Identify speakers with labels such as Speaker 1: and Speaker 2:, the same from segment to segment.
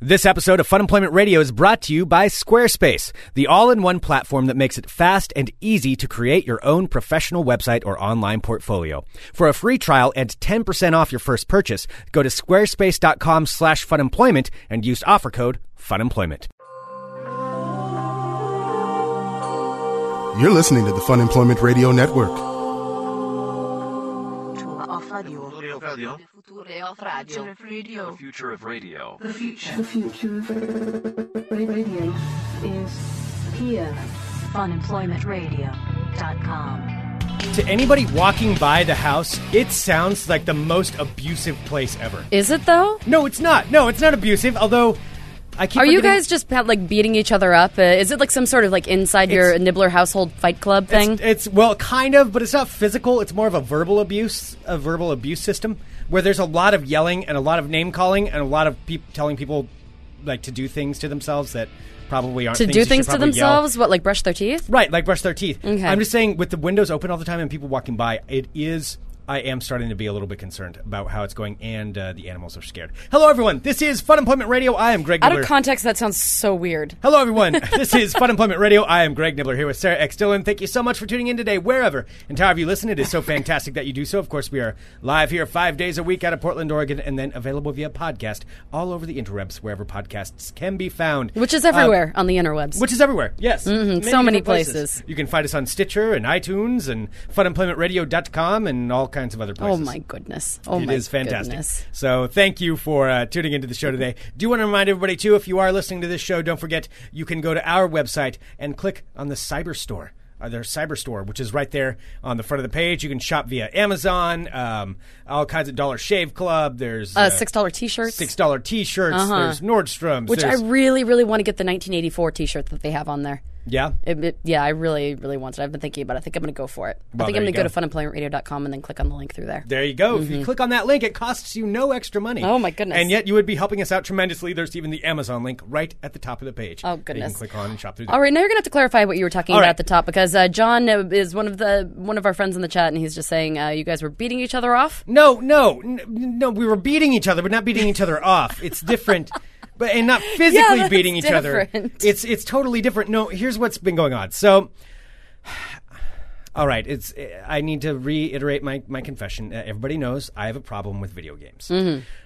Speaker 1: This episode of Fun Employment Radio is brought to you by Squarespace, the all in one platform that makes it fast and easy to create your own professional website or online portfolio. For a free trial and 10% off your first purchase, go to squarespace.com slash funemployment and use offer code funemployment.
Speaker 2: You're listening to the Fun Employment Radio Network.
Speaker 3: Future of radio.
Speaker 4: Future of radio.
Speaker 3: Future of radio.
Speaker 4: The future of radio.
Speaker 5: The future of radio is here.
Speaker 6: funemploymentradio.com.
Speaker 1: To anybody walking by the house, it sounds like the most abusive place ever.
Speaker 7: Is it though?
Speaker 1: No, it's not. No, it's not abusive, although I keep
Speaker 7: Are you
Speaker 1: forgetting-
Speaker 7: guys just pat- like beating each other up? Uh, is it like some sort of like inside your
Speaker 1: It's-
Speaker 7: nibbler household fight club thing?
Speaker 1: It's, it's well, kind of, but it's not physical. It's more of a verbal abuse, a verbal abuse system where there's a lot of yelling and a lot of name calling and a lot of peop telling people like to do things to themselves that probably aren't
Speaker 7: to
Speaker 1: you
Speaker 7: do
Speaker 1: should
Speaker 7: things to
Speaker 1: probably yell.
Speaker 7: themselves? What like brush their teeth?
Speaker 1: Right, like brush their teeth.
Speaker 7: Okay.
Speaker 1: I'm just saying, with the windows open all the time and people walking by, it is. I am starting to be a little bit concerned about how it's going, and uh, the animals are scared. Hello, everyone. This is Fun Employment Radio. I am Greg.
Speaker 7: Out of
Speaker 1: Miller.
Speaker 7: context, that sounds so weird.
Speaker 1: Hello, everyone. this is Fun Employment Radio. I am Greg Nibbler here with Sarah X. Dillon. Thank you so much for tuning in today, wherever and however you listen. It is so fantastic that you do so. Of course, we are live here five days a week out of Portland, Oregon, and then available via podcast all over the interwebs, wherever podcasts can be found. Uh,
Speaker 7: Which is everywhere on the interwebs.
Speaker 1: Um, Which is everywhere, yes.
Speaker 7: so many
Speaker 1: different
Speaker 7: places.
Speaker 1: You can find us on Stitcher and iTunes and funemploymentradio.com and all kinds of other
Speaker 7: oh
Speaker 1: places.
Speaker 7: my goodness! Oh
Speaker 1: It
Speaker 7: my
Speaker 1: is fantastic.
Speaker 7: goodness.
Speaker 1: So thank you for uh, tuning into the show today. Do want to remind everybody too, if you are listening to this show, don't forget you can go to our website and click on the Cyber Store. Uh, their cyber store, which is right there on the front of the page, you can shop via Amazon, um, all kinds of Dollar Shave Club. There's
Speaker 7: Uh, six dollar t-shirts.
Speaker 1: six dollar T-shirts. There's Nordstrom's.
Speaker 7: which I
Speaker 1: there's-
Speaker 7: really, really want to get the 1984 T-shirt that they have on there.
Speaker 1: yeah,
Speaker 7: It, it- yeah, I really, really want it. I've been thinking about it. I think I'm going to go for it.
Speaker 1: Well,
Speaker 7: I think
Speaker 1: there
Speaker 7: I'm
Speaker 1: you
Speaker 7: going to
Speaker 1: go.
Speaker 7: go, to funemploymentradio.com and then click on the link through there.
Speaker 1: There you go. If you click on that link, it costs you no extra money.
Speaker 7: Mm-hmm. Oh, my goodness.
Speaker 1: And yet you would be helping us out tremendously. There's even the Amazon link right at the top of the page.
Speaker 7: Oh,
Speaker 1: that
Speaker 7: goodness.
Speaker 1: you can click on and shop through. There.
Speaker 7: All right, now you're gonna have to clarify what you were talking
Speaker 1: All
Speaker 7: about
Speaker 1: right.
Speaker 7: at the top because uh, John uh, is one of the one of our friends in the chat, and he's just saying uh, you guys were beating each other off.
Speaker 1: No, no, n- n- no. We were beating each other, but not beating each other off. It's different, but and not physically
Speaker 7: that's
Speaker 1: beating each other.
Speaker 7: different.
Speaker 1: It's it's totally different. No, here's what's been going on. So, all right, it's I need to reiterate my my confession. Uh, Everybody knows I have a problem with video games.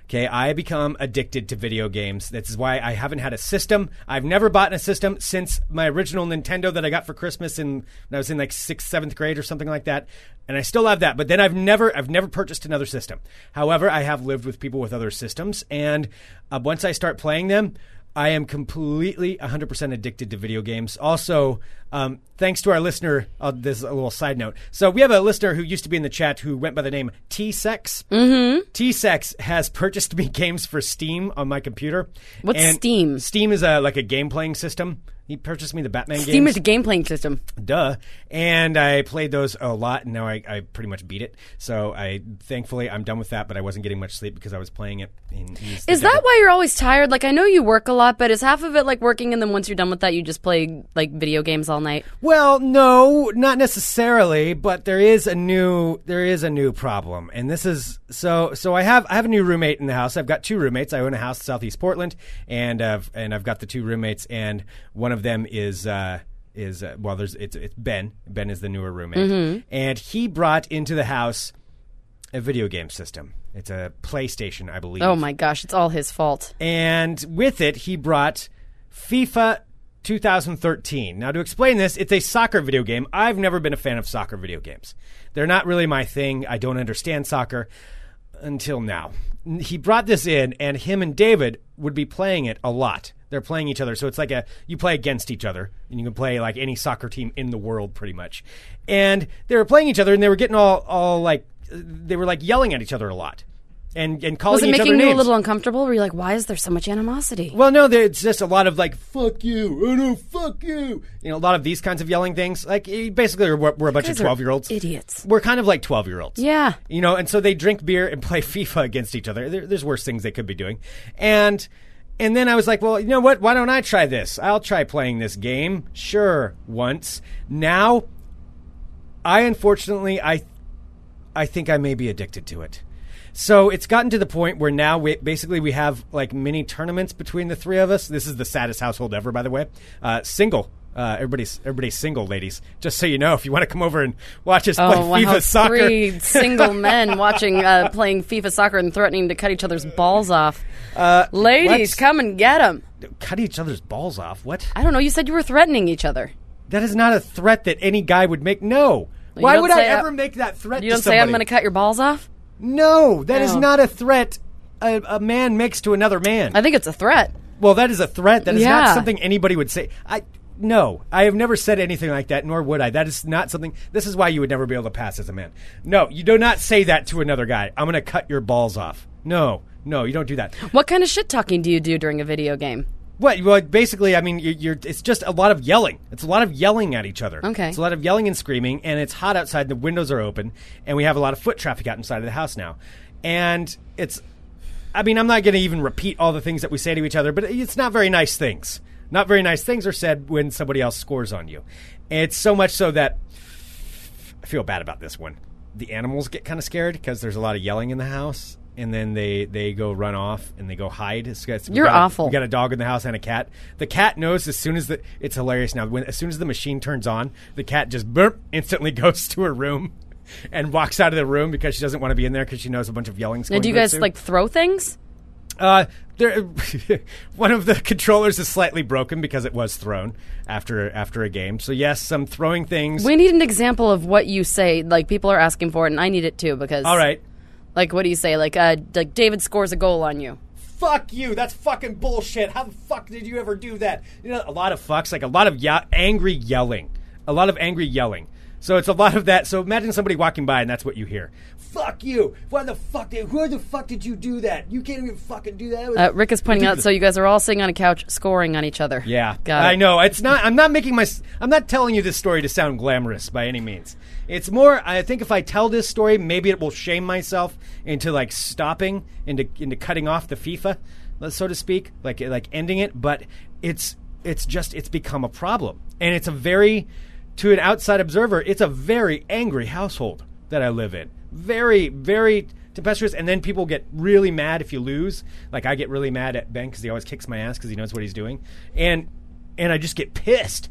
Speaker 1: Okay, I become addicted to video games. That's why I haven't had a system. I've never bought a system since my original Nintendo that I got for Christmas in when I was in like sixth, seventh grade or something like that. And I still have that, but then I've never, I've never purchased another system. However, I have lived with people with other systems, and uh, once I start playing them, I am completely 100% addicted to video games. Also, um, thanks to our listener, uh, this is a little side note. So, we have a listener who used to be in the chat who went by the name T Sex. Mm-hmm. T Sex has purchased me games for Steam on my computer.
Speaker 7: What's Steam?
Speaker 1: Steam is a, like a game playing system. He purchased me the Batman games.
Speaker 7: Steam is a game playing system.
Speaker 1: Duh. And I played those a lot, and now I, I pretty much beat it. So, I thankfully, I'm done with that, but I wasn't getting much sleep because I was playing it. In,
Speaker 7: Is that why you're always tired? Like I know you work a lot, but is half of it like working, and then once you're done with that, you just play like video games all night?
Speaker 1: Well, no, not necessarily, but there is a new there is a new problem, and this is so so. I have I have a new roommate in the house. I've got two roommates. I own a house in Southeast Portland, and uh, and I've got the two roommates, and one of them is. Uh, is uh, well, there's it's, it's Ben. Ben is the newer roommate,
Speaker 7: Mm-hmm.
Speaker 1: and he brought into the house a video game system. It's a PlayStation, I believe.
Speaker 7: Oh my gosh, it's all his fault.
Speaker 1: And with it, he brought FIFA 2013. Now, to explain this, it's a soccer video game. I've never been a fan of soccer video games. They're not really my thing. I don't understand soccer until now. N- He brought this in, and him and David would be playing it a lot. They're playing each other, so it's like a you play against each other, and you can play like any soccer team in the world, pretty much. And they were playing each other, and they were getting all all like they were like yelling at each other a lot, and and calling
Speaker 7: Was it
Speaker 1: each other
Speaker 7: making you a
Speaker 1: names.
Speaker 7: little uncomfortable? Were you like, why is there so much animosity?
Speaker 1: Well, no, there- it's just a lot of like "fuck you," "oh no, fuck you," you know, a lot of these kinds of yelling things. Like eh, basically, we're, we're a bunch of
Speaker 7: guys are
Speaker 1: twelve year olds,
Speaker 7: idiots.
Speaker 1: We're kind of like twelve year olds,
Speaker 7: Yeah.
Speaker 1: You know, and so they drink beer and play FIFA against each other. There, there's worse things they could be doing, and and then I was like, well, you know what? Why don't I try this? I'll try playing this game. Sure, once. Now, I unfortunately I I think I may be addicted to it. So it's gotten to the point where now we, basically we have like mini tournaments between the three of us. This is the saddest household ever, by the way. Uh, single. Uh, everybody's everybody's single, ladies. Just so you know, if you want to come over and watch us
Speaker 7: Oh
Speaker 1: play
Speaker 7: wow!
Speaker 1: FIFA soccer,
Speaker 7: Three single men watching uh, playing FIFA soccer and threatening to cut each other's balls off. Ladies,
Speaker 1: Uh, let's-
Speaker 7: come and get them.
Speaker 1: cut each other's balls off. What?
Speaker 7: I don't know. You said you were threatening each other.
Speaker 1: That is not a threat that any guy would make. No.
Speaker 7: You
Speaker 1: Why
Speaker 7: don't
Speaker 1: would I
Speaker 7: say, uh,
Speaker 1: ever make that threat?
Speaker 7: You
Speaker 1: to
Speaker 7: don't say I'm
Speaker 1: somebody?
Speaker 7: going to cut your balls off.
Speaker 1: No, that is
Speaker 7: No.
Speaker 1: not a threat. A, a man makes to another man.
Speaker 7: I think it's a threat.
Speaker 1: Well, that is a threat. That is not
Speaker 7: Yeah.
Speaker 1: something anybody would say. I no, I have never said anything like that, nor would I. That is not something. This is why you would never be able to pass as a man. No, you do not say that to another guy. I'm going to cut your balls off. No, no, you don't do that.
Speaker 7: What kind of shit talking do you do during a video game?
Speaker 1: What? Well, basically, I mean, you're, you're. It's just a lot of yelling. It's a lot of yelling at each other.
Speaker 7: Okay.
Speaker 1: It's a lot of yelling and screaming, and it's hot outside. The windows are open, and we have a lot of foot traffic out inside of the house now, and it's. I mean, I'm not going to even repeat all the things that we say to each other, but it's not very nice things. Not very nice things are said when somebody else scores on you. And it's so much so that I feel bad about this one. The animals get kind of scared because there's a lot of yelling in the house, and then they they go run off and they go hide. It's- it's- we
Speaker 7: You're
Speaker 1: got a-
Speaker 7: awful.
Speaker 1: We got a dog in the house and a cat. The cat knows as soon as the it's hilarious now. When as soon as the machine turns on, the cat just burp instantly goes to her room and walks out of the room because she doesn't want to be in there because she knows a bunch of yelling's
Speaker 7: Now,
Speaker 1: going
Speaker 7: do you
Speaker 1: to
Speaker 7: guys
Speaker 1: ensue.
Speaker 7: like throw things?
Speaker 1: Uh, there, one of the controllers is slightly broken because it was thrown after after a game. So yes, some throwing things.
Speaker 7: We need an example of what you say. Like people are asking for it, and I need it too because.
Speaker 1: All right,
Speaker 7: Like what do you say? Like uh, like David scores a goal on you.
Speaker 1: fuck you. That's fucking bullshit. How the fuck did you ever do that? You know, a lot of fucks, like a lot of ye- angry yelling, a lot of angry yelling. So it's a lot of that. So imagine somebody walking by and that's what you hear. Fuck you. Why the fuck did? Who the fuck did you do that? You can't even fucking do that. That was
Speaker 7: Uh, Rick is pointing out.
Speaker 1: ridiculous."
Speaker 7: So you guys are all sitting on a couch, scoring on each other.
Speaker 1: Yeah,
Speaker 7: Got it.
Speaker 1: I know. It's not. I'm not making my. s- I'm not telling you this story to sound glamorous by any means. It's more. I think if I tell this story, maybe it will shame myself into like stopping, into into cutting off the FIFA, let's- so to speak, like like ending it. But it's it's just it's become a problem, and it's a very to an outside observer, it's a very angry household that I live in. Very very tempestuous and then people get really mad if you lose like i get really mad at ben because he always kicks my ass because he knows what he's doing and and i just get pissed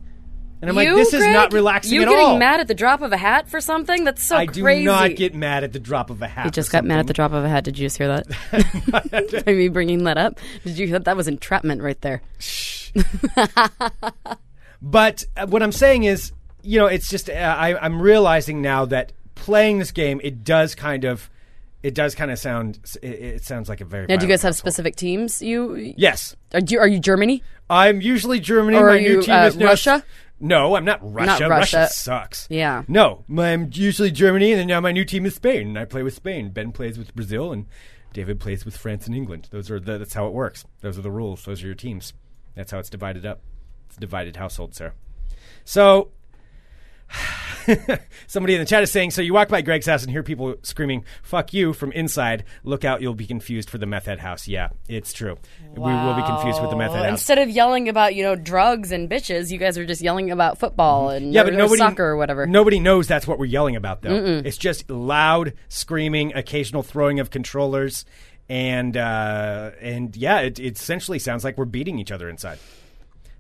Speaker 1: and i'm like
Speaker 7: You,
Speaker 1: this is not
Speaker 7: Greg?
Speaker 1: relaxing
Speaker 7: you
Speaker 1: at
Speaker 7: getting
Speaker 1: all
Speaker 7: mad at the drop of a hat for something? That's so
Speaker 1: i do
Speaker 7: crazy.
Speaker 1: not get mad at the drop of a hat
Speaker 7: He just got mad at the drop of a hat. Did you just hear that? By me bringing that up. Did you? That was entrapment right there.
Speaker 1: But uh, what I'm saying is, you know, it's just uh, I, I'm realizing now that playing this game, it does kind of, it does kind of sound, it, it sounds like a very.
Speaker 7: Now, do you
Speaker 1: violent
Speaker 7: guys have
Speaker 1: household.
Speaker 7: specific teams? You
Speaker 1: Yes,
Speaker 7: Are you, are you Germany?
Speaker 1: I'm usually Germany.
Speaker 7: Or
Speaker 1: my
Speaker 7: are
Speaker 1: new
Speaker 7: you,
Speaker 1: team
Speaker 7: uh,
Speaker 1: is now-
Speaker 7: Russia?
Speaker 1: No, I'm not Russia.
Speaker 7: Russia.
Speaker 1: sucks.
Speaker 7: Yeah.
Speaker 1: No, my- I'm usually Germany, and then now my new team is Spain, and I play with Spain. Ben plays with Brazil, and David plays with France and England. Those are the, that's how it works. Those are the rules. Those are your teams. That's how it's divided up. It's a divided household, sir. So Somebody in the chat is saying, so you walk by Greg's house and hear people screaming, fuck you from inside. Look out, you'll be confused for the meth head house. Yeah, it's true. We will be confused with the meth head house.
Speaker 7: Instead of yelling about you know drugs and bitches, you guys are just yelling about football and
Speaker 1: Mm-hmm. Yeah,
Speaker 7: or-
Speaker 1: but
Speaker 7: or
Speaker 1: nobody
Speaker 7: soccer or whatever.
Speaker 1: Nobody knows that's what we're yelling about though. It's just loud screaming, occasional throwing of controllers, and uh, and yeah, it, it essentially sounds like we're beating each other inside.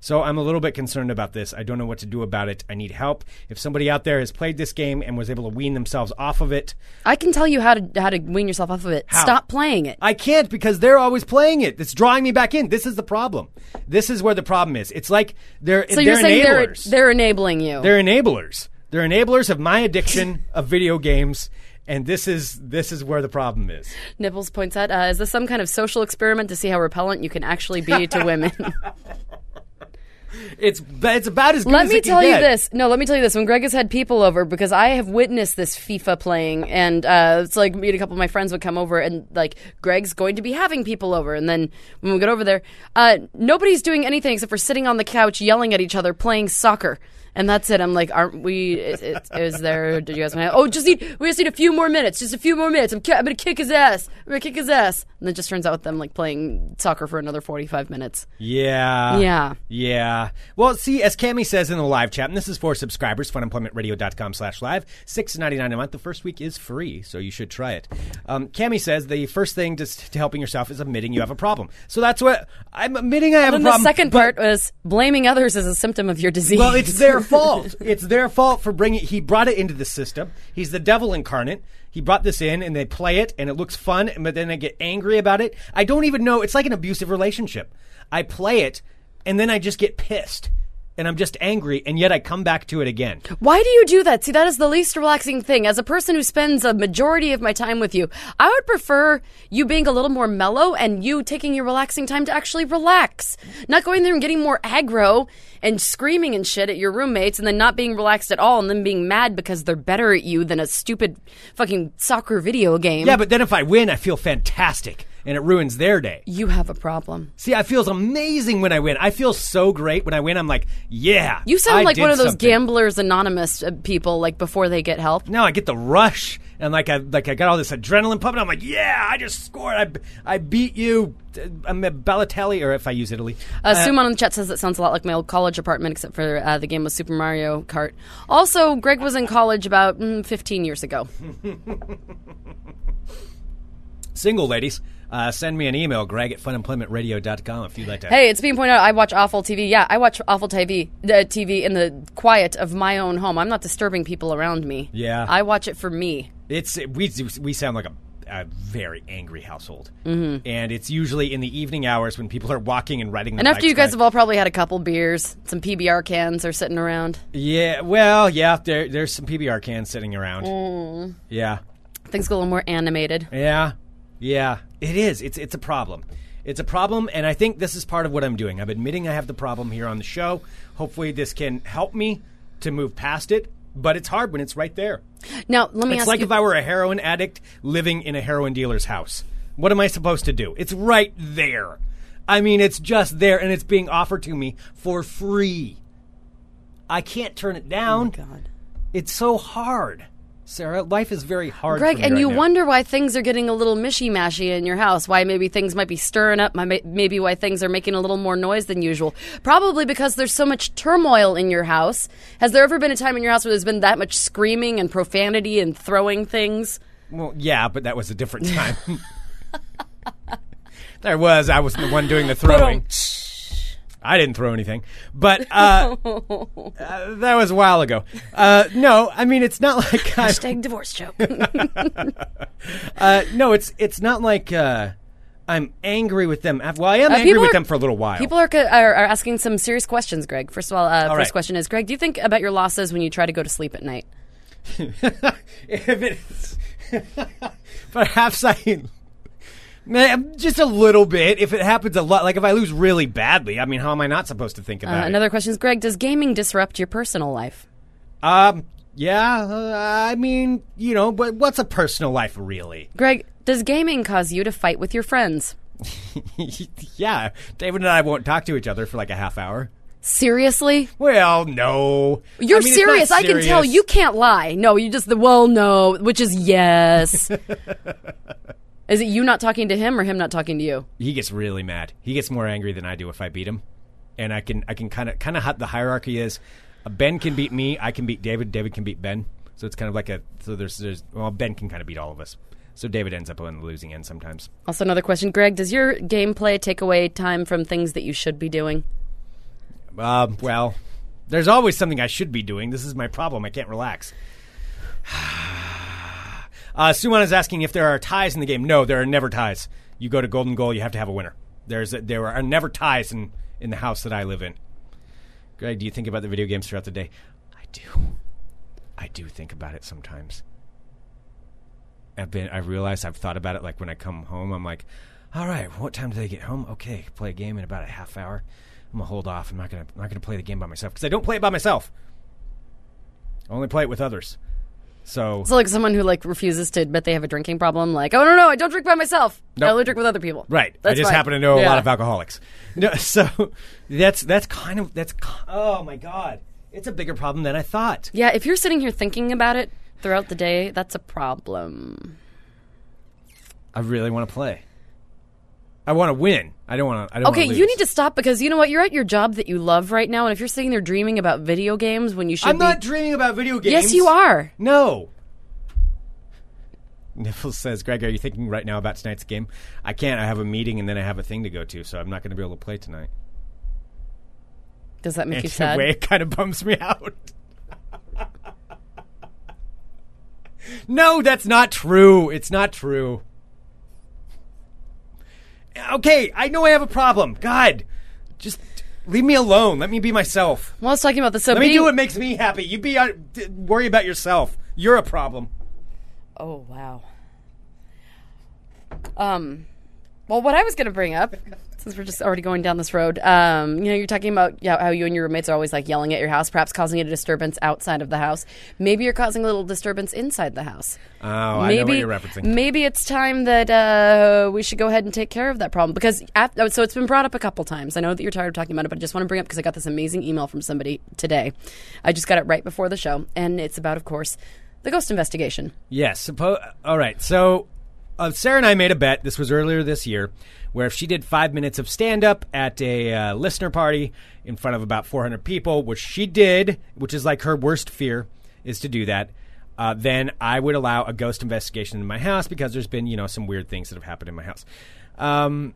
Speaker 1: So I'm a little bit concerned about this. I don't know what to do about it. I need help. If somebody out there has played this game and was able to wean themselves off of it,
Speaker 7: I can tell you how to how to wean yourself off of it. Stop playing it.
Speaker 1: I can't because they're always playing it. It's drawing me back in. This is the problem. This is where the problem is. It's like they're
Speaker 7: so
Speaker 1: they're
Speaker 7: you're saying
Speaker 1: enablers.
Speaker 7: they're they're enabling you.
Speaker 1: They're enablers. They're enablers of my addiction of video games, and this is this is where the problem is.
Speaker 7: Nibbles points out, uh, is this some kind of social experiment to see how repellent you can actually be to women?
Speaker 1: It's but it's about as good
Speaker 7: let
Speaker 1: as
Speaker 7: me
Speaker 1: it can
Speaker 7: tell you
Speaker 1: get.
Speaker 7: this. No, let me tell you this. When Greg has had people over, because I have witnessed this FIFA playing, and uh, it's like me and a couple of my friends would come over, and like Greg's going to be having people over, and then when we get over there, uh, nobody's doing anything except for sitting on the couch yelling at each other playing soccer. and that's it. I'm like, aren't we? Is, is, is there? Did you guys want to? Oh, just need. We just need a few more minutes. Just a few more minutes. I'm, ki- I'm gonna kick his ass. I'm gonna kick his ass. And it just turns out them like playing soccer for another 45 minutes.
Speaker 1: Yeah.
Speaker 7: Yeah.
Speaker 1: Yeah. Well, see, as Cammy says in the live chat, and this is for subscribers, funemploymentradio.com slash live, six ninety nine a month. The first week is free, so you should try it. Um, Cammy says the first thing to, s- to helping yourself is admitting you have a problem. So that's what I'm admitting I have
Speaker 7: Then
Speaker 1: a
Speaker 7: the
Speaker 1: problem.
Speaker 7: second
Speaker 1: but-
Speaker 7: part was blaming others as a symptom of your disease.
Speaker 1: Well, it's their fault. It's their fault for bringing. He brought it into the system. He's the devil incarnate. He brought this in, and they play it, and it looks fun, but then they get angry about it. I don't even know. It's like an abusive relationship. I play it, and then I just get pissed, and I'm just angry, and yet I come back to it again.
Speaker 7: Why do you do that? See, that is the least relaxing thing. As a person who spends a majority of my time with you, I would prefer you being a little more mellow and you taking your relaxing time to actually relax. Not going there and getting more aggro and screaming and shit at your roommates and then not being relaxed at all and then being mad because they're better at you than a stupid fucking soccer video game.
Speaker 1: Yeah, but then if I win, I feel fantastic, and it ruins their day.
Speaker 7: you have a problem.
Speaker 1: See, I feel amazing when I win. I feel so great when I win. I'm like, yeah.
Speaker 7: You sound
Speaker 1: I
Speaker 7: like
Speaker 1: did
Speaker 7: one of those
Speaker 1: something.
Speaker 7: gamblers anonymous uh, people like before they get help.
Speaker 1: now I get the rush and like I like I got all this adrenaline pumping. I'm like, yeah, I just scored. I, b- I beat you. I'm at Balotelli, or if I use Italy,
Speaker 7: Uh, Suman in the chat says it sounds a lot like my old college apartment, except for uh, the game was Super Mario Kart. Also, Greg was in college about mm, 15 years ago.
Speaker 1: Hmm. single ladies. Uh, send me an email, Greg at funemploymentradio.com, if you'd like to.
Speaker 7: Hey, it's being pointed out I watch awful TV. Yeah, I watch awful TV, uh, TV in the quiet of my own home. I'm not disturbing people around me.
Speaker 1: Yeah.
Speaker 7: I watch it for me.
Speaker 1: It's we we sound like a, a very angry household, mm-hmm. and it's usually in the evening hours when people are walking and riding.
Speaker 7: And after you guys have all probably had a couple beers, some PBR cans are sitting around.
Speaker 1: yeah, well, yeah, there, there's some PBR cans sitting around.
Speaker 7: Mm.
Speaker 1: Yeah,
Speaker 7: Things get a little more animated.
Speaker 1: Yeah, yeah, it is. It's it's a problem. It's a problem, and I think this is part of what I'm doing. I'm admitting I have the problem here on the show. Hopefully, this can help me to move past it. But it's hard when it's right there.
Speaker 7: Now, let me
Speaker 1: It's
Speaker 7: ask
Speaker 1: like
Speaker 7: you.
Speaker 1: if I were a heroin addict living in a heroin dealer's house. What am I supposed to do? It's right there. I mean, it's just there, and it's being offered to me for free. I can't turn it down.
Speaker 7: Oh God.
Speaker 1: It's so hard, Sarah. Life is very hard.
Speaker 7: Greg,
Speaker 1: for me
Speaker 7: and
Speaker 1: right
Speaker 7: you
Speaker 1: now.
Speaker 7: wonder why things are getting a little mishy mashy in your house. Why maybe things might be stirring up. my- Maybe why things are making a little more noise than usual. Probably because there's so much turmoil in your house. Has there ever been a time in your house where there's been that much screaming and profanity and throwing things?
Speaker 1: Well, yeah, but that was a different time. there was. I was the one doing the throwing. I didn't throw anything, but uh, uh, that was a while ago. Uh, no, I mean it's not like i
Speaker 7: Hashtag divorce joke.
Speaker 1: uh, no, it's it's not like uh, I'm angry with them. Well, I am
Speaker 7: Uh,
Speaker 1: angry
Speaker 7: people
Speaker 1: with
Speaker 7: are-
Speaker 1: them for a little while.
Speaker 7: People are, co- are, are asking some serious questions, Greg. First of all, uh, first
Speaker 1: right.
Speaker 7: question is, Greg, do you think about your losses when you try to go to sleep at night?
Speaker 1: if it is, perhaps I. Man, just a little bit. If it happens a lot, like if I lose really badly, I mean, how am I not supposed to think
Speaker 7: Uh,
Speaker 1: about it?
Speaker 7: another question is, Greg, does gaming disrupt your personal life?
Speaker 1: Um, yeah, uh, I mean, you know, but what's a personal life really?
Speaker 7: Greg, does gaming cause you to fight with your friends?
Speaker 1: yeah, David and I won't talk to each other for like a half hour.
Speaker 7: Seriously?
Speaker 1: Well, no.
Speaker 7: You're
Speaker 1: I mean, it's not
Speaker 7: serious. I can tell
Speaker 1: serious.
Speaker 7: you can't lie. No, you just the well, no, which is yes. is it you not talking to him or him not talking to you?
Speaker 1: He gets really mad. He gets more angry than I do if I beat him. And I can, I can kind of, kind of how the hierarchy is. uh, Ben can beat me. I can beat David. David can beat Ben. So it's kind of like a, so there's, there's, well, Ben can kind of beat all of us. So David ends up on the losing end sometimes.
Speaker 7: Also, another question, Greg. Does your gameplay take away time from things that you should be doing?
Speaker 1: Um, well, there's always something I should be doing. This is my problem. I can't relax. uh, Suman is asking if there are ties in the game. No, there are never ties. You go to Golden Goal, you have to have a winner. There's there are never ties in, in the house that I live in. Greg, do you think about the video games throughout the day? I do. I do think about it sometimes. I've been I realize I've thought about it like when I come home I'm like, all right, what time do they get home? Okay, play a game in about a half hour. I'm gonna hold off. I'm not gonna I'm not gonna play the game by myself because I don't play it by myself. I only play it with others. So
Speaker 7: So, like someone who like refuses to admit they have a drinking problem, like, oh no, no, I don't drink by myself.
Speaker 1: Nope.
Speaker 7: I only drink with other people.
Speaker 1: right, I
Speaker 7: That's
Speaker 1: just
Speaker 7: fine.
Speaker 1: happen to know a
Speaker 7: Yeah.
Speaker 1: lot of alcoholics. No, so that's that's kind of that's ki- oh my god, It's a bigger problem than I thought.
Speaker 7: Yeah, if you're sitting here thinking about it throughout the day, that's a problem.
Speaker 1: I really want to play. I want to win. I don't want to. I don't.
Speaker 7: Okay,
Speaker 1: wanna
Speaker 7: you
Speaker 1: lose.
Speaker 7: need to stop because you know what? You're at your job that you love right now, and if you're sitting there dreaming about video games when you should
Speaker 1: I'm
Speaker 7: be.
Speaker 1: not dreaming about video games.
Speaker 7: yes, you are.
Speaker 1: No. Nichols says, Greg, are you thinking right now about tonight's game? I can't. I have a meeting and then I have a thing to go to, so I'm not going to be able to play tonight.
Speaker 7: Does that make
Speaker 1: And in
Speaker 7: you
Speaker 1: a
Speaker 7: sad?
Speaker 1: way, it kind of bums me out. no, that's not true. It's not true. Okay, I know I have a problem. God, just leave me alone. Let me be myself.
Speaker 7: Well, I was talking about this. So
Speaker 1: Let me
Speaker 7: being,
Speaker 1: do what makes me happy. You be uh, d- worry about yourself. You're a problem.
Speaker 7: Oh wow. Um, well, what I was going to bring up, since we're just already going down this road, um, you know, you're talking about yeah, how you and your roommates are always like yelling at your house, perhaps causing a disturbance outside of the house. Maybe you're causing a little disturbance inside the house.
Speaker 1: Oh, I know what you're referencing.
Speaker 7: Maybe it's time that uh, we should go ahead and take care of that problem because af oh, so it's been brought up a couple times. I know that you're tired of talking about it, but I just want to bring up because I got this amazing email from somebody today. I just got it right before the show, and it's about, of course, the ghost investigation.
Speaker 1: Yes. Suppo- all right. So uh, Sarah and I made a bet. This was earlier this year, where if she did five minutes of stand up at a uh, listener party in front of about 400 people, which she did, which is like her worst fear is to do that. Uh, then I would allow a ghost investigation in my house because there's been, you know, some weird things that have happened in my house. Um,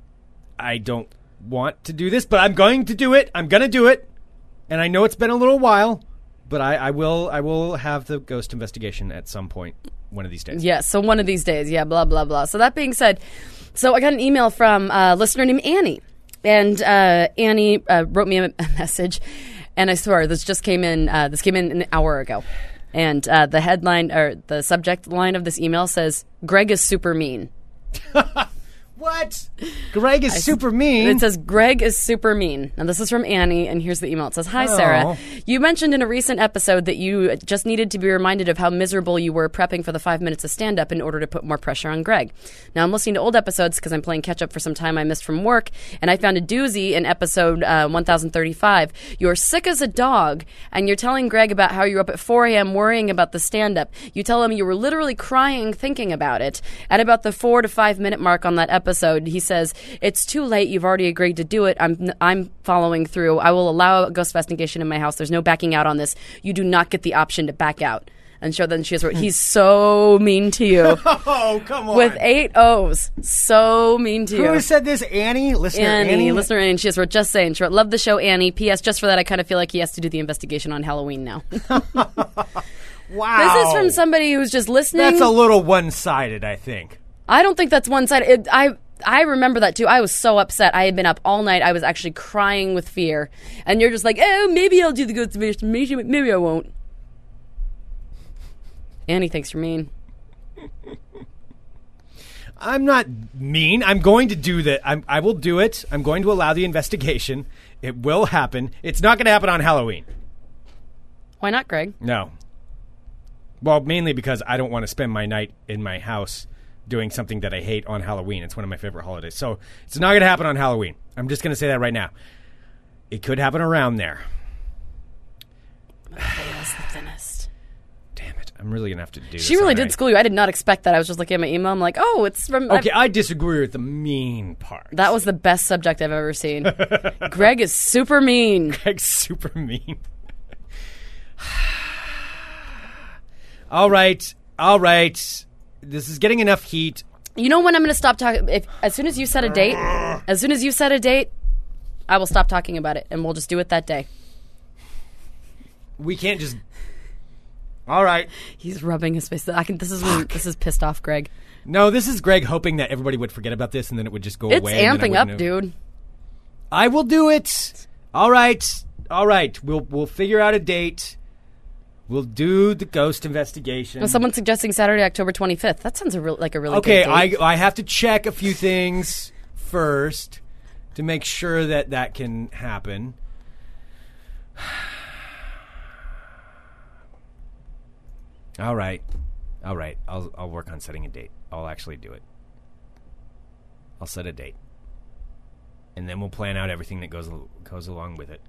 Speaker 1: I don't want to do this, but I'm going to do it. I'm going to do it. And I know it's been a little while, but I, I will I will have the ghost investigation at some point one of these days.
Speaker 7: Yes, so one of these days, yeah, blah, blah, blah. So that being said, so I got an email from a listener named Annie. And uh, Annie uh, wrote me a, a message. And I swear, this just came in, uh, this came in an hour ago. And uh, the headline or the subject line of this email says, Greg is super mean.
Speaker 1: What? Greg is super mean.
Speaker 7: And it says, Greg is super mean. And this is from Annie, and here's the email. It says, Hi,
Speaker 1: Oh.
Speaker 7: Sarah. You mentioned in a recent episode that you just needed to be reminded of how miserable you were prepping for the five minutes of stand up in order to put more pressure on Greg. Now, I'm listening to old episodes because I'm playing catch up for some time I missed from work, and I found a doozy in episode uh, 1035. You're sick as a dog, and you're telling Greg about how you're up at 4 a.m. worrying about the stand up. You tell him you were literally crying thinking about it. At about the four to five minute mark on that episode, he says, It's too late. You've already agreed to do it. I'm, I'm following through. I will allow a ghost investigation in my house. There's no backing out on this. You do not get the option to back out. And sure, then she has wrote, He's so mean to you.
Speaker 1: oh, come on.
Speaker 7: With eight O's. So mean to you.
Speaker 1: Who said this? Annie? Listener
Speaker 7: Annie,
Speaker 1: Annie?
Speaker 7: listener Annie, she just wrote, just saying, she wrote, love the show, Annie. P.S. Just for that, I kind of feel like he has to do the investigation on Halloween now. this
Speaker 1: wow.
Speaker 7: is from somebody who's just listening.
Speaker 1: That's a little one sided, I think.
Speaker 7: I don't think that's one side. It, I I remember that too. I was so upset. I had been up all night. I was actually crying with fear. And you're just like, oh, maybe I'll do the good submission. Maybe, maybe I won't. Annie, thanks for mean.
Speaker 1: I'm not mean. I'm going to do that. I'm, I will do it. I'm going to allow the investigation. It will happen. It's not going to happen on Halloween.
Speaker 7: Why not, Greg?
Speaker 1: No. Well, mainly because I don't want to spend my night in my house doing something that I hate on Halloween. It's one of my favorite holidays. So it's not going to happen on Halloween. I'm just going to say that right now. It could happen around there.
Speaker 7: That's the thinnest.
Speaker 1: Damn it. I'm really going to have to do this.
Speaker 7: She really
Speaker 1: aren't
Speaker 7: did
Speaker 1: I?
Speaker 7: school you. I did not expect that. I was just looking at my email. I'm like, oh, it's from.
Speaker 1: Okay,
Speaker 7: I-
Speaker 1: I disagree with the mean part.
Speaker 7: that was the best subject I've ever seen. Greg is super mean.
Speaker 1: Like super mean. all right. All right. This is getting enough heat.
Speaker 7: You know when I'm going to stop talking? If as soon as you set a date, as soon as you set a date, I will stop talking about it, and we'll just do it that day.
Speaker 1: We can't just All right.
Speaker 7: He's rubbing his face. I can. This is when, this is pissed off, Greg.
Speaker 1: No, this is Greg hoping that everybody would forget about this and then it would just go
Speaker 7: It's
Speaker 1: away. and then
Speaker 7: amping
Speaker 1: I
Speaker 7: up,
Speaker 1: wouldn't have-
Speaker 7: dude.
Speaker 1: I will do it. All right. All right. We'll we'll figure out a date. We'll do the ghost investigation.
Speaker 7: Someone's suggesting Saturday, October 25th. That sounds a real, like a really
Speaker 1: okay,
Speaker 7: Good date.
Speaker 1: I I have to check a few things first to make sure that that can happen. All right. All right. I'll I'll work on setting a date. I'll actually do it. I'll set a date. And then we'll plan out everything that goes al- goes along with it.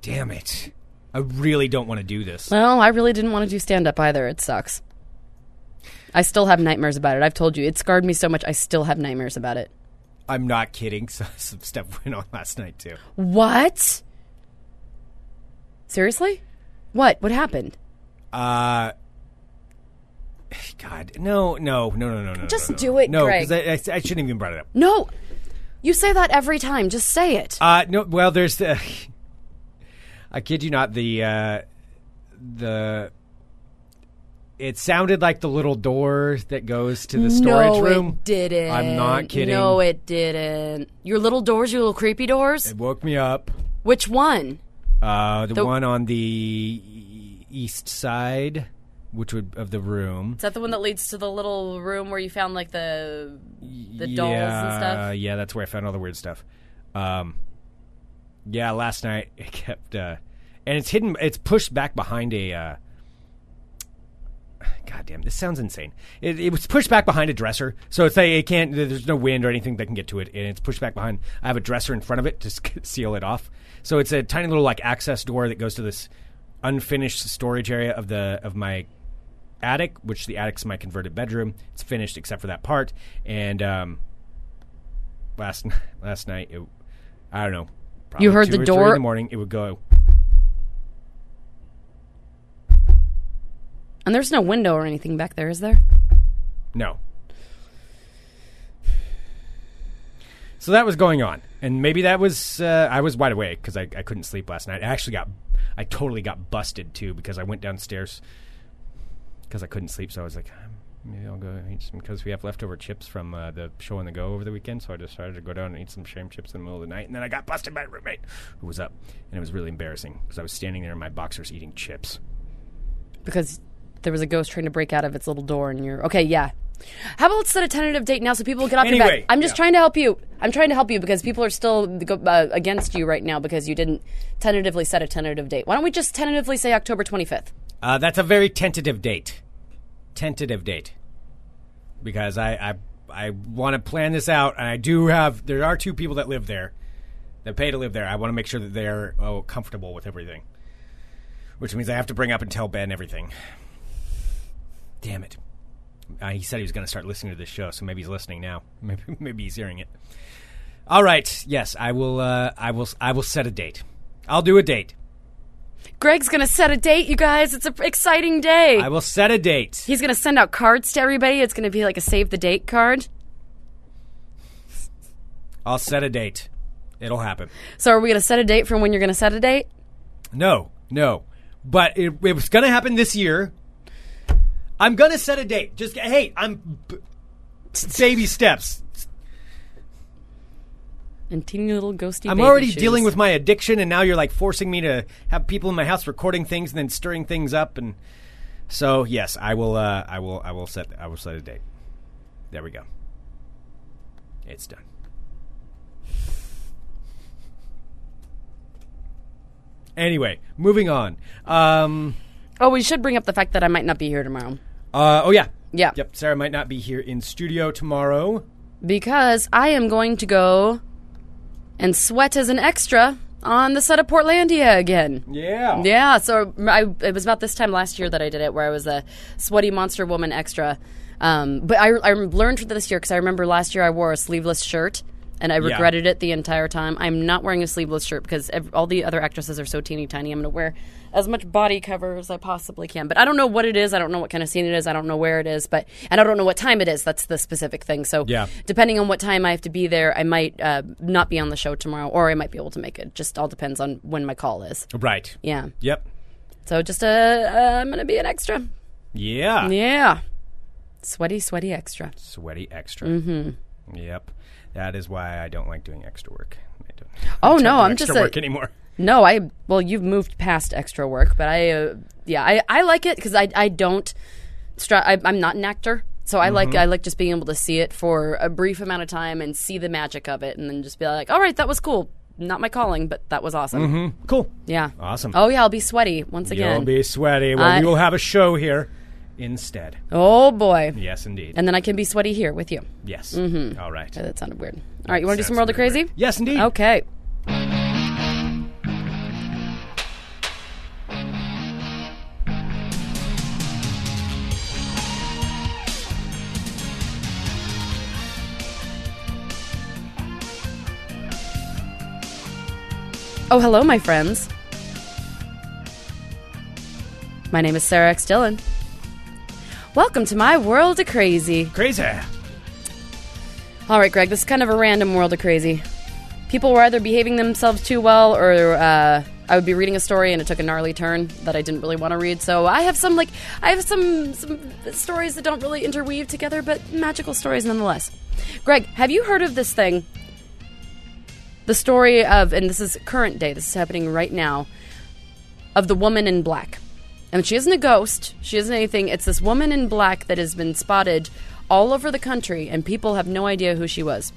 Speaker 1: Damn it. I really don't want to do this.
Speaker 7: Well, I really didn't want to do stand up either. It sucks. I still have nightmares about it. I've told you. It scarred me so much, I still have nightmares about it.
Speaker 1: I'm not kidding. So, some stuff went on last night too.
Speaker 7: What? Seriously? What? What happened?
Speaker 1: Uh, God, no, no, no, no, no, no.
Speaker 7: Just
Speaker 1: no, no.
Speaker 7: do it,
Speaker 1: no,
Speaker 7: Greg.
Speaker 1: 'cause I, I, I shouldn't even brought it up.
Speaker 7: No. You say that every time. Just say it.
Speaker 1: Uh, no, well, there's the. I kid you not. The uh, the. It sounded like the little door that goes to the storage
Speaker 7: no,
Speaker 1: room.
Speaker 7: it didn't.
Speaker 1: I'm not kidding.
Speaker 7: No, it didn't. Your little doors, your little creepy doors.
Speaker 1: It woke me up.
Speaker 7: Which one?
Speaker 1: Uh, the
Speaker 7: The-
Speaker 1: one on the e- east side, which would of the room.
Speaker 7: Is that the one that leads to the little room where you found like the the
Speaker 1: yeah,
Speaker 7: dolls and stuff?
Speaker 1: Yeah, that's where I found all the weird stuff. Um, yeah, last night it kept, uh, and it's hidden. It's pushed back behind a. Uh, God damn, this sounds insane. It, it was pushed back behind a dresser, so it's like it can't. There's no wind or anything that can get to it, and it's pushed back behind. I have a dresser in front of it to sc- seal it off. So it's a tiny little like access door that goes to this unfinished storage area of the of my attic, which the attic's my converted bedroom. It's finished except for that part. And um, last n- last night, it, I don't know. Probably
Speaker 7: heard
Speaker 1: two
Speaker 7: the
Speaker 1: or three in
Speaker 7: door-
Speaker 1: the morning. It would go.
Speaker 7: And there's no window or anything back there, is there?
Speaker 1: No. So that was going on, and maybe that was uh, I was wide awake because I, I couldn't sleep last night. I actually got I totally got busted too because I went downstairs because I couldn't sleep. So I was like, "Ah, maybe I'll go eat some because we have leftover chips from uh, the show on the go over the weekend. So I decided to go down and eat some sham chips in the middle of the night, and then I got busted by a roommate who was up, and it was really embarrassing because I was standing there in my boxers eating chips.
Speaker 7: Because there was a ghost trying to break out of its little door, and you're okay. Yeah. How about let's set a tentative date now so people get off your
Speaker 1: Anyway,
Speaker 7: back? I'm just
Speaker 1: yeah.
Speaker 7: trying to help you. I'm trying to help you because people are still go- uh, against you right now because you didn't tentatively set a tentative date. Why don't we just tentatively say October 25th?
Speaker 1: Uh, that's a very tentative date. Tentative date. Because I I, I want to plan this out, and I do have there are two people that live there, that pay to live there. I want to make sure that they're oh, comfortable with everything, which means I have to bring up and tell Ben everything. Damn it! Uh, he said he was going to start listening to this show, so maybe he's listening now. Maybe maybe he's hearing it. All right. Yes, I will. Uh, I will. I will set a date. I'll do a date.
Speaker 7: Greg's gonna set a date, you guys. It's an exciting day.
Speaker 1: I will set a date.
Speaker 7: He's gonna send out cards to everybody. It's gonna be like a save the date card.
Speaker 1: I'll set a date. It'll happen.
Speaker 7: So are we gonna set a date from when you're gonna set a date?
Speaker 1: No, no. But it, it was going to happen this year. I'm going to set a date. Just, hey, I'm b- baby steps.
Speaker 7: And teeny little ghosty.
Speaker 1: I'm
Speaker 7: baby
Speaker 1: already
Speaker 7: shoes.
Speaker 1: dealing with my addiction, and now you're like forcing me to have people in my house recording things and then stirring things up. And so, yes, I will. Uh, I will. I will set. I will set a date. There we go. It's done. Anyway, moving on. Um,
Speaker 7: Oh, we should bring up the fact that I might not be here tomorrow
Speaker 1: uh, oh yeah,
Speaker 7: Yeah.
Speaker 1: Yep. Sarah might not be here in studio tomorrow.
Speaker 7: because I am going to go and sweat as an extra on the set of Portlandia again.
Speaker 1: Yeah.
Speaker 7: Yeah, so I, it was about this time last year that I did it, where I was a sweaty monster woman extra. Um, but I, I learned this year because I remember last year I wore a sleeveless shirt and I regretted it the entire time. I'm not wearing a sleeveless shirt because ev- all the other actresses are so teeny tiny. I'm going to wear as much body cover as I possibly can. But I don't know what it is. I don't know what kind of scene it is. I don't know where it is. But and I don't know what time it is. That's the specific thing. So
Speaker 1: Yeah.
Speaker 7: depending on what time I have to be there, I might uh, not be on the show tomorrow, or I might be able to make it. Just all depends on when my call is.
Speaker 1: Right.
Speaker 7: Yeah.
Speaker 1: Yep.
Speaker 7: So just uh, uh I'm gonna be an extra.
Speaker 1: Yeah.
Speaker 7: Yeah. Sweaty, sweaty extra.
Speaker 1: sweaty extra. Mm-hmm. Yep, that is why I don't like doing extra work. I don't, I
Speaker 7: Oh
Speaker 1: don't
Speaker 7: no,
Speaker 1: do
Speaker 7: I'm
Speaker 1: extra
Speaker 7: just a,
Speaker 1: work anymore.
Speaker 7: no. I well, you've moved past extra work, but I uh, yeah, I, I like it because I I don't stri- I, I'm not an actor, so I like I like just being able to see it for a brief amount of time and see the magic of it, and then just be like, all right, that was cool. Not my calling, but that was awesome.
Speaker 1: Cool.
Speaker 7: Yeah.
Speaker 1: Awesome.
Speaker 7: Oh yeah, I'll be sweaty once
Speaker 1: You'll
Speaker 7: again.
Speaker 1: be sweaty. Well,
Speaker 7: I-
Speaker 1: we will have a show here instead.
Speaker 7: oh boy.
Speaker 1: Yes, indeed.
Speaker 7: And then I can be sweaty here with you.
Speaker 1: yes. Mm-hmm. All right.
Speaker 7: That sounded weird. All right, you want to do some
Speaker 1: Sounds
Speaker 7: world of
Speaker 1: really
Speaker 7: crazy?
Speaker 1: weird. Yes, indeed.
Speaker 7: Okay. Oh, hello, my friends. My name is Sarah X. Dillon. Welcome to my world of crazy.
Speaker 1: Crazy.
Speaker 7: All right, Greg, this is kind of a random world of crazy. People were either behaving themselves too well, or uh, I would be reading a story and it took a gnarly turn that I didn't really want to read. So I have some like I have some some stories that don't really interweave together, but magical stories nonetheless. Greg, have you heard of this thing? The story of, and this is current day. This is happening right now. Of the woman in black, and she isn't a ghost. She isn't anything. It's this woman in black that has been spotted all over the country, and people have no idea who she was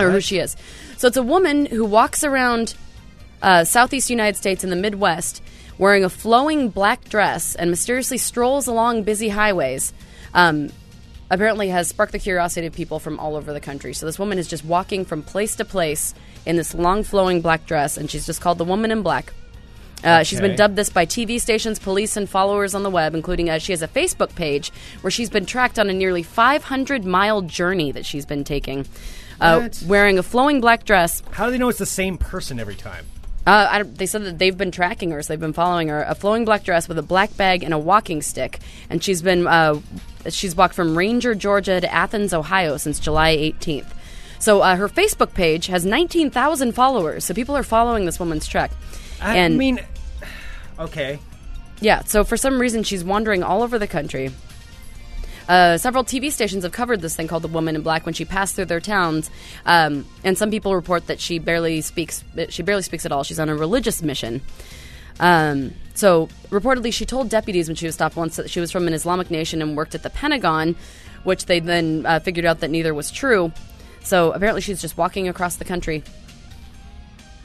Speaker 7: or who she is. So it's a woman who walks around uh, southeast United States in the Midwest wearing a flowing black dress and mysteriously strolls along busy highways. Um, apparently has sparked the curiosity of people from all over the country. So this woman is just walking from place to place in this long flowing black dress, and she's just called the Woman in Black. Uh, She's been
Speaker 1: Okay.
Speaker 7: dubbed this by TV stations, police, and followers on the web, including uh, she has a Facebook page where she's been tracked on a nearly 500 mile journey that she's been taking, uh,
Speaker 1: What?
Speaker 7: wearing a flowing black dress.
Speaker 1: How do they know it's the same person every time?
Speaker 7: Uh, I, don't- they said that they've been tracking her, so they've been following her. A flowing black dress with a black bag and a walking stick, and she's been uh, she's walked from Ranger, Georgia, to Athens, Ohio, since July 18th. So uh, her Facebook page has 19,000 followers, so people are following this woman's track.
Speaker 1: I
Speaker 7: and
Speaker 1: mean, okay.
Speaker 7: yeah, so for some reason she's wandering all over the country. Uh, several TV stations have covered this thing called the Woman in Black when she passed through their towns, um, and some people report that she barely speaks. that She barely speaks at all. She's on a religious mission. Um, so reportedly, she told deputies when she was stopped once that she was from an Islamic nation and worked at the Pentagon, which they then uh, figured out that neither was true. So apparently, she's just walking across the country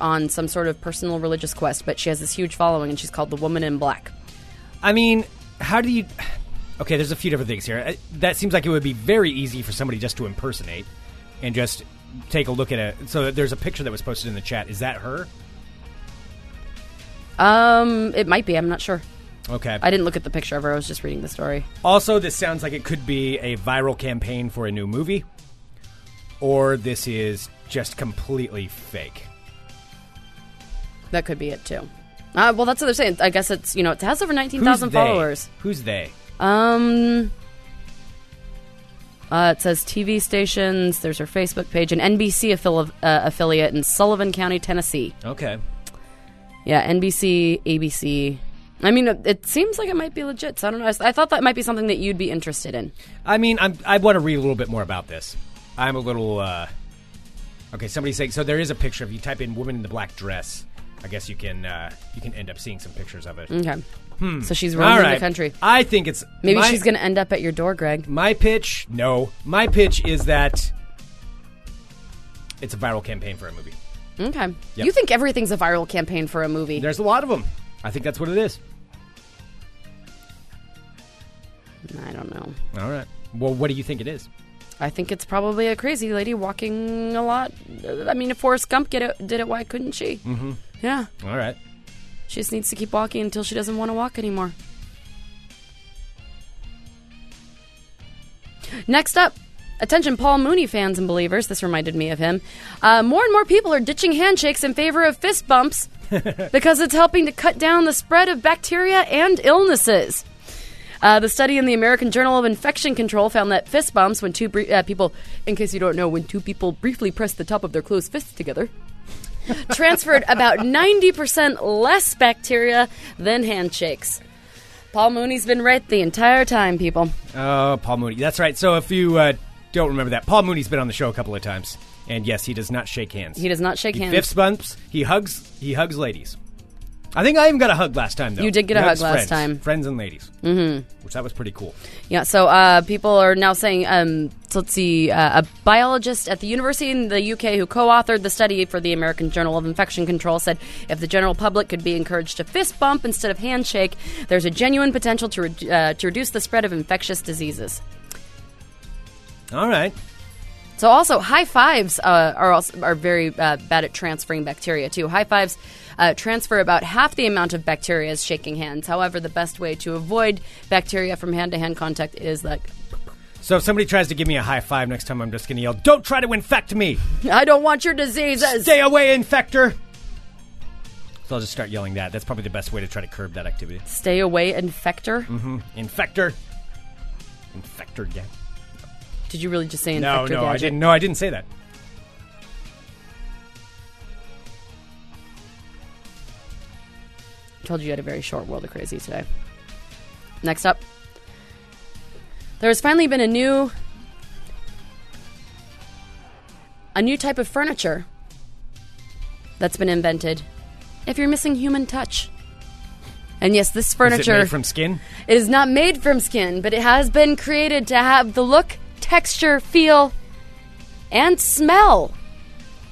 Speaker 7: on some sort of personal religious quest. But she has this huge following, and she's called the Woman in Black.
Speaker 1: I mean, how do you? Okay, there's a few different things here. Uh, That seems like it would be very easy for somebody just to impersonate and just take a look at it. So there's a picture that was posted in the chat. Is that her?
Speaker 7: Um, it might be. I'm not sure.
Speaker 1: Okay.
Speaker 7: I didn't look at the picture of her. I was just reading the story.
Speaker 1: Also, this sounds like it could be a viral campaign for a new movie, or this is just completely fake.
Speaker 7: That could be it too. Uh, well, that's what they're saying. I guess it's you know it has over nineteen
Speaker 1: Who's
Speaker 7: thousand
Speaker 1: they?
Speaker 7: followers.
Speaker 1: Who's they?
Speaker 7: Um, uh, it says TV stations. There's her Facebook page, an NBC affili- uh, affiliate in Sullivan County, Tennessee.
Speaker 1: Okay.
Speaker 7: Yeah, NBC, ABC. I mean, it, it seems like it might be legit. So I don't know. I, s- I thought that might be something that you'd be interested in.
Speaker 1: I mean, I'm, I want to read a little bit more about this. I'm a little. Uh, okay, somebody's saying so. There is a picture. If you type in "woman in the black dress," I guess you can uh, you can end up seeing some pictures of it.
Speaker 7: Okay. So she's
Speaker 1: Hmm. All
Speaker 7: roaming
Speaker 1: right.
Speaker 7: the country.
Speaker 1: I think it's
Speaker 7: Maybe
Speaker 1: my-
Speaker 7: she's going to end up at your door, Greg.
Speaker 1: My pitch, no. My pitch is that it's a viral campaign for a movie.
Speaker 7: Okay. You think everything's a viral campaign for a movie?
Speaker 1: There's a lot of them. I think that's what it is.
Speaker 7: I don't know.
Speaker 1: All right. Well, what do you think it is?
Speaker 7: I think it's probably a crazy lady walking a lot. Uh, I mean, if Forrest Gump get it, did it, why couldn't she? Mm-hmm. Yeah.
Speaker 1: All right.
Speaker 7: She just needs to keep walking until she doesn't want to walk anymore. Next up, attention Paul Mooney fans and believers. This reminded me of him. Uh, more and more people are ditching handshakes in favor of fist bumps because it's helping to cut down the spread of bacteria and illnesses. Uh, the study in the American Journal of Infection Control found that fist bumps, when two br- uh, people, in case you don't know, when two people briefly press the top of their closed fists together, transferred about 90% less bacteria than handshakes. Paul Mooney's been right the entire time, people.
Speaker 1: Uh, Paul Mooney. That's right. So if you uh, don't remember that, Paul Mooney's been on the show a couple of times, and yes, he does not shake hands.
Speaker 7: He does not shake
Speaker 1: He
Speaker 7: hands.
Speaker 1: fifths bumps. He hugs. He hugs ladies. I think I even got a hug last time. though.
Speaker 7: You did get
Speaker 1: He
Speaker 7: a
Speaker 1: hugs
Speaker 7: hug last
Speaker 1: friends.
Speaker 7: time.
Speaker 1: Friends and ladies. Mm-hmm. Which that was pretty cool.
Speaker 7: Yeah, so uh, people are now saying, um, so let's see, uh, a biologist at the university in the UK who co authored the study for the American Journal of Infection Control said if the general public could be encouraged to fist bump instead of handshake, there's a genuine potential to, re- uh, to reduce the spread of infectious diseases.
Speaker 1: All right.
Speaker 7: So also high fives uh, are also are very uh, bad at transferring bacteria too. High fives uh, transfer about half the amount of bacteria as shaking hands. However, the best way to avoid bacteria from hand to hand contact is like
Speaker 1: So if somebody tries to give me a high five next time, I'm just going to yell, "Don't try to infect me!
Speaker 7: I don't want your diseases.
Speaker 1: Stay away, infector!" So I'll just start yelling that. That's probably the best way to try to curb that activity.
Speaker 7: Stay away, infector.
Speaker 1: Infector. Infector gang.
Speaker 7: Did you really just say infector?
Speaker 1: No, no, I
Speaker 7: gadget?
Speaker 1: didn't. No, I didn't say that.
Speaker 7: Told you you had a very short world of crazy today. Next up, there has finally been a new, a new type of furniture that's been invented. If you're missing human touch, and yes, this
Speaker 1: Is it
Speaker 7: furniture
Speaker 1: made from skin?
Speaker 7: it is not made from skin, but it has been created to have the look, texture, feel, and smell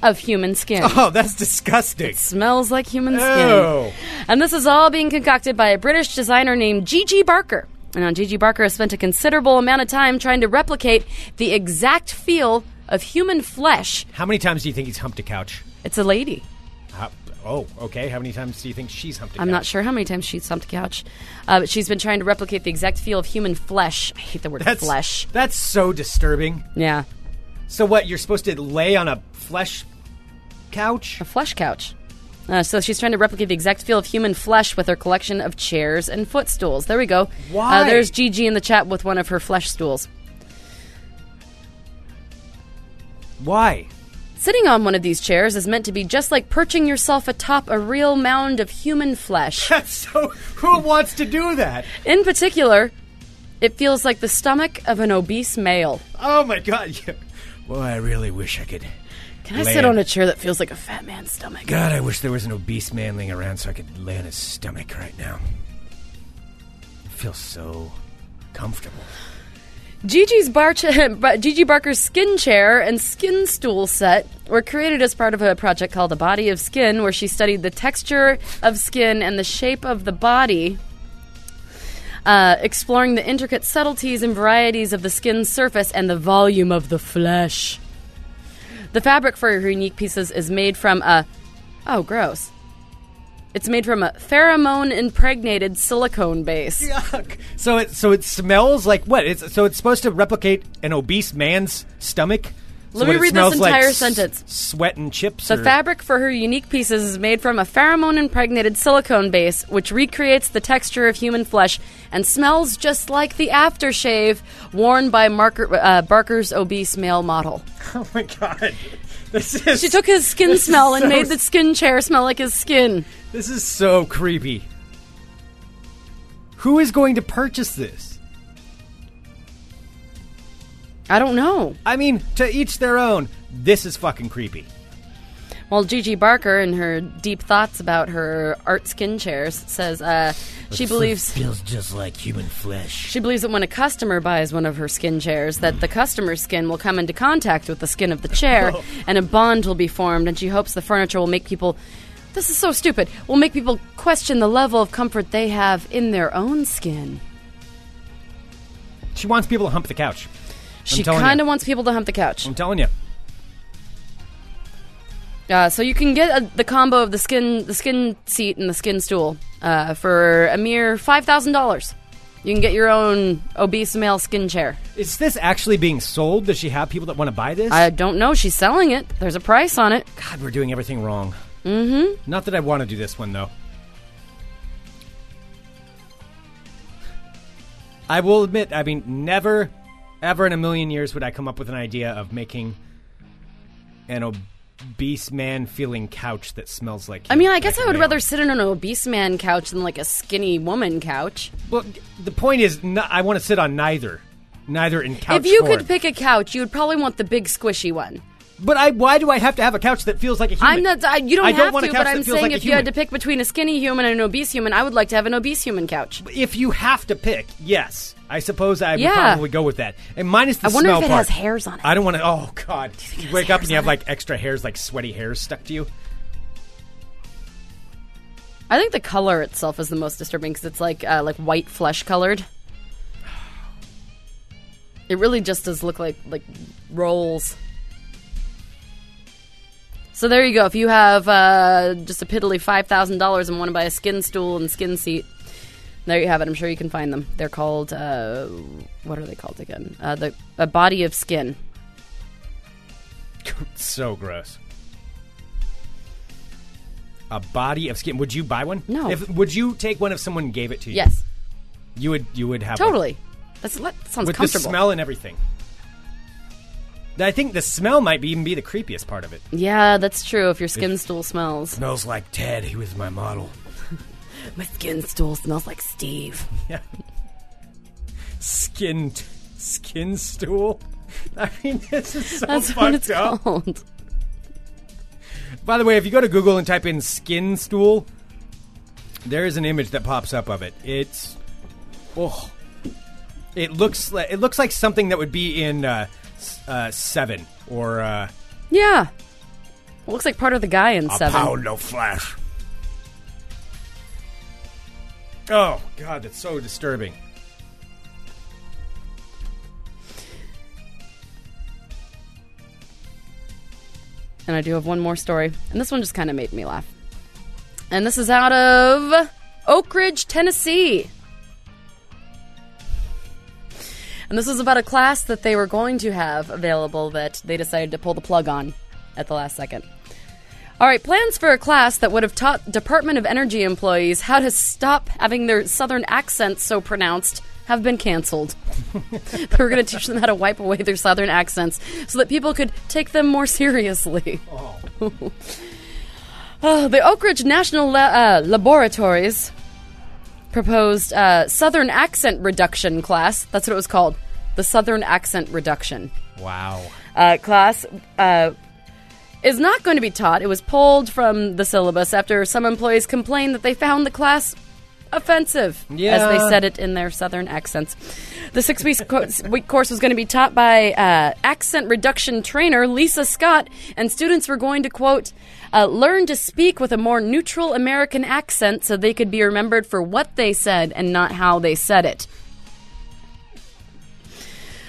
Speaker 7: of human skin.
Speaker 1: Oh, that's disgusting.
Speaker 7: Smells like human skin.
Speaker 1: Oh,
Speaker 7: And this is all being concocted by a British designer named Gigi Barker. And now Gigi Barker has spent a considerable amount of time trying to replicate the exact feel of human flesh.
Speaker 1: how many times do you think he's humped a couch?
Speaker 7: It's a lady.
Speaker 1: How- oh, okay. How many times do you think she's humped a couch?
Speaker 7: I'm not sure how many times she's thumped a couch, uh, but she's been trying to replicate the exact feel of human flesh. I hate the word
Speaker 1: That's
Speaker 7: flesh.
Speaker 1: That's so disturbing.
Speaker 7: Yeah,
Speaker 1: So what? You're supposed to lay on a flesh couch?
Speaker 7: a flesh couch. Uh, so she's trying to replicate the exact feel of human flesh with her collection of chairs and footstools. There we go.
Speaker 1: Why?
Speaker 7: Uh, there's Gigi in the chat with one of her flesh stools.
Speaker 1: Why?
Speaker 7: Sitting on one of these chairs is meant to be just like perching yourself atop a real mound of human flesh.
Speaker 1: That's so. Who wants to do that?
Speaker 7: In particular, it feels like the stomach of an obese male.
Speaker 1: Oh my god. Yeah. Well, I really wish I could.
Speaker 7: Can I
Speaker 1: Lay
Speaker 7: sit
Speaker 1: it.
Speaker 7: on a chair that feels like a fat man's stomach?
Speaker 1: God, I wish there was an obese man laying around so I could lay on his stomach right now. It feels so comfortable.
Speaker 7: Gigi's bar cha- Bar- Gigi Barker's skin chair and skin stool set were created as part of a project called The Body of Skin, where she studied the texture of skin and the shape of the body, uh, exploring the intricate subtleties and varieties of the skin's surface and the volume of the flesh. The fabric for her unique pieces is made from a. Oh, gross. It's made from a pheromone impregnated silicone base.
Speaker 1: Yuck. So it so it smells like what? It's so it's supposed to replicate an obese man's stomach. So
Speaker 7: Let me
Speaker 1: what it
Speaker 7: read this
Speaker 1: smells like
Speaker 7: entire
Speaker 1: s-
Speaker 7: sentence.
Speaker 1: Sweat and chips.
Speaker 7: The
Speaker 1: or-
Speaker 7: fabric for her unique pieces is made from a pheromone impregnated silicone base, which recreates the texture of human flesh and smells just like the aftershave worn by Marker, uh, Barker's obese male model.
Speaker 1: Oh my god. This is
Speaker 7: She took his skin smell and
Speaker 1: so
Speaker 7: made the skin chair smell like his skin.
Speaker 1: This is so creepy. Who is going to purchase this?
Speaker 7: I don't know.
Speaker 1: I mean, to each their own. This is fucking creepy.
Speaker 7: Well, Gigi Barker, in her deep thoughts about her art skin chairs, says uh, she believes
Speaker 1: feels just like human flesh.
Speaker 7: She believes that when a customer buys one of her skin chairs, that the customer's skin will come into contact with the skin of the chair, and a bond will be formed. And she hopes the furniture will make people. This is so stupid. Will make people question the level of comfort they have in their own skin.
Speaker 1: She wants people to hump the couch.
Speaker 7: She
Speaker 1: telling
Speaker 7: kind
Speaker 1: you.
Speaker 7: of
Speaker 1: Mm.
Speaker 7: wants people to hump the couch.
Speaker 1: I'm telling you.
Speaker 7: Uh, so you can get uh the combo of the skin, the skin seat, and the skin stool uh, for a mere five thousand dollars. You can get your own obese male skin chair.
Speaker 1: Is this actually being sold? Does she have people that want to buy this?
Speaker 7: I don't know. She's selling it. There's a price on it.
Speaker 1: God, we're doing everything wrong. Mm-hmm. Not that I want to do this one though. I will admit, I mean, never, ever in a million years would I come up with an idea of making an obese man feeling couch that smells like.
Speaker 7: I mean, I guess I would rather
Speaker 1: say
Speaker 7: sit on an obese man couch than like a skinny woman couch.
Speaker 1: well, the point is, no, I want to sit on neither, neither in couch.
Speaker 7: if you
Speaker 1: form.
Speaker 7: could pick a couch, you would probably want the big squishy one.
Speaker 1: but I, why do I have to have a couch that feels like a human?
Speaker 7: I'm not. I, you don't
Speaker 1: I
Speaker 7: have
Speaker 1: don't want a
Speaker 7: to,
Speaker 1: couch
Speaker 7: but I'm
Speaker 1: that feels
Speaker 7: saying
Speaker 1: like a
Speaker 7: if you had to
Speaker 1: human.
Speaker 7: pick between a skinny human and an obese human, I would like to have an obese human couch.
Speaker 1: if you have to pick, yes, I suppose I
Speaker 7: Yeah.
Speaker 1: would probably go with that. And minus the
Speaker 7: I wonder
Speaker 1: smell
Speaker 7: if it
Speaker 1: part.
Speaker 7: has hairs on it.
Speaker 1: I don't want to. Oh God! You,
Speaker 7: it has
Speaker 1: wake up
Speaker 7: hairs
Speaker 1: and you have
Speaker 7: on it?
Speaker 1: like extra hairs, like sweaty hairs, stuck to you.
Speaker 7: I think the color itself is the most disturbing because it's like uh, like white flesh colored. It really just does look like like rolls. So there you go. If you have uh, just a piddly five thousand dollars and want to buy a skin stool and skin seat, there you have it. I'm sure you can find them. They're called uh, what are they called again? Uh, the a body of skin.
Speaker 1: so gross. a body of skin. Would you buy one?
Speaker 7: No.
Speaker 1: If, would you take one if someone gave it to you?
Speaker 7: Yes,
Speaker 1: You would. You would have one.
Speaker 7: totally. That's that sounds
Speaker 1: with the
Speaker 7: comfortable.
Speaker 1: smell and everything. I think the smell might be even be the creepiest part of it.
Speaker 7: Yeah, that's true. If your skin stool smells,
Speaker 1: Smells like Ted. He was my model.
Speaker 7: my skin stool smells like Steve.
Speaker 1: Yeah. Skin, t- skin stool. I mean, this is so
Speaker 7: That's
Speaker 1: fucked
Speaker 7: what it's
Speaker 1: up.
Speaker 7: called.
Speaker 1: By the way, if you go to Google and type in skin stool, there is an image that pops up of it. It's oh, it looks like it looks like something that would be in uh, s- uh, Seven or uh,
Speaker 7: Yeah, looks like part of the guy in
Speaker 1: a
Speaker 7: Seven.
Speaker 1: pound of flesh. Oh God, that's so disturbing.
Speaker 7: And I do have one more story. And this one just kind of made me laugh. And this is out of Oak Ridge, Tennessee. And this was about a class that they were going to have available that they decided to pull the plug on at the last second. All right, plans for a class that would have taught Department of Energy employees how to stop having their southern accents so pronounced have been canceled. they were going to teach them how to wipe away their southern accents so that people could take them more seriously. Oh, the Oak Ridge National La- uh, Laboratories proposed uh, Southern Accent Reduction class. That's what it was called. The Southern Accent Reduction
Speaker 1: Wow.
Speaker 7: uh, class uh, is not going to be taught. It was pulled from the syllabus after some employees complained that they found the class offensive, as they
Speaker 1: Yeah.
Speaker 7: said it in their southern accents. The six weeks co- week course was going to be taught by uh, accent reduction trainer Lisa Scott, and students were going to quote. Uh, learn to speak with a more neutral American accent so they could be remembered for what they said and not how they said it.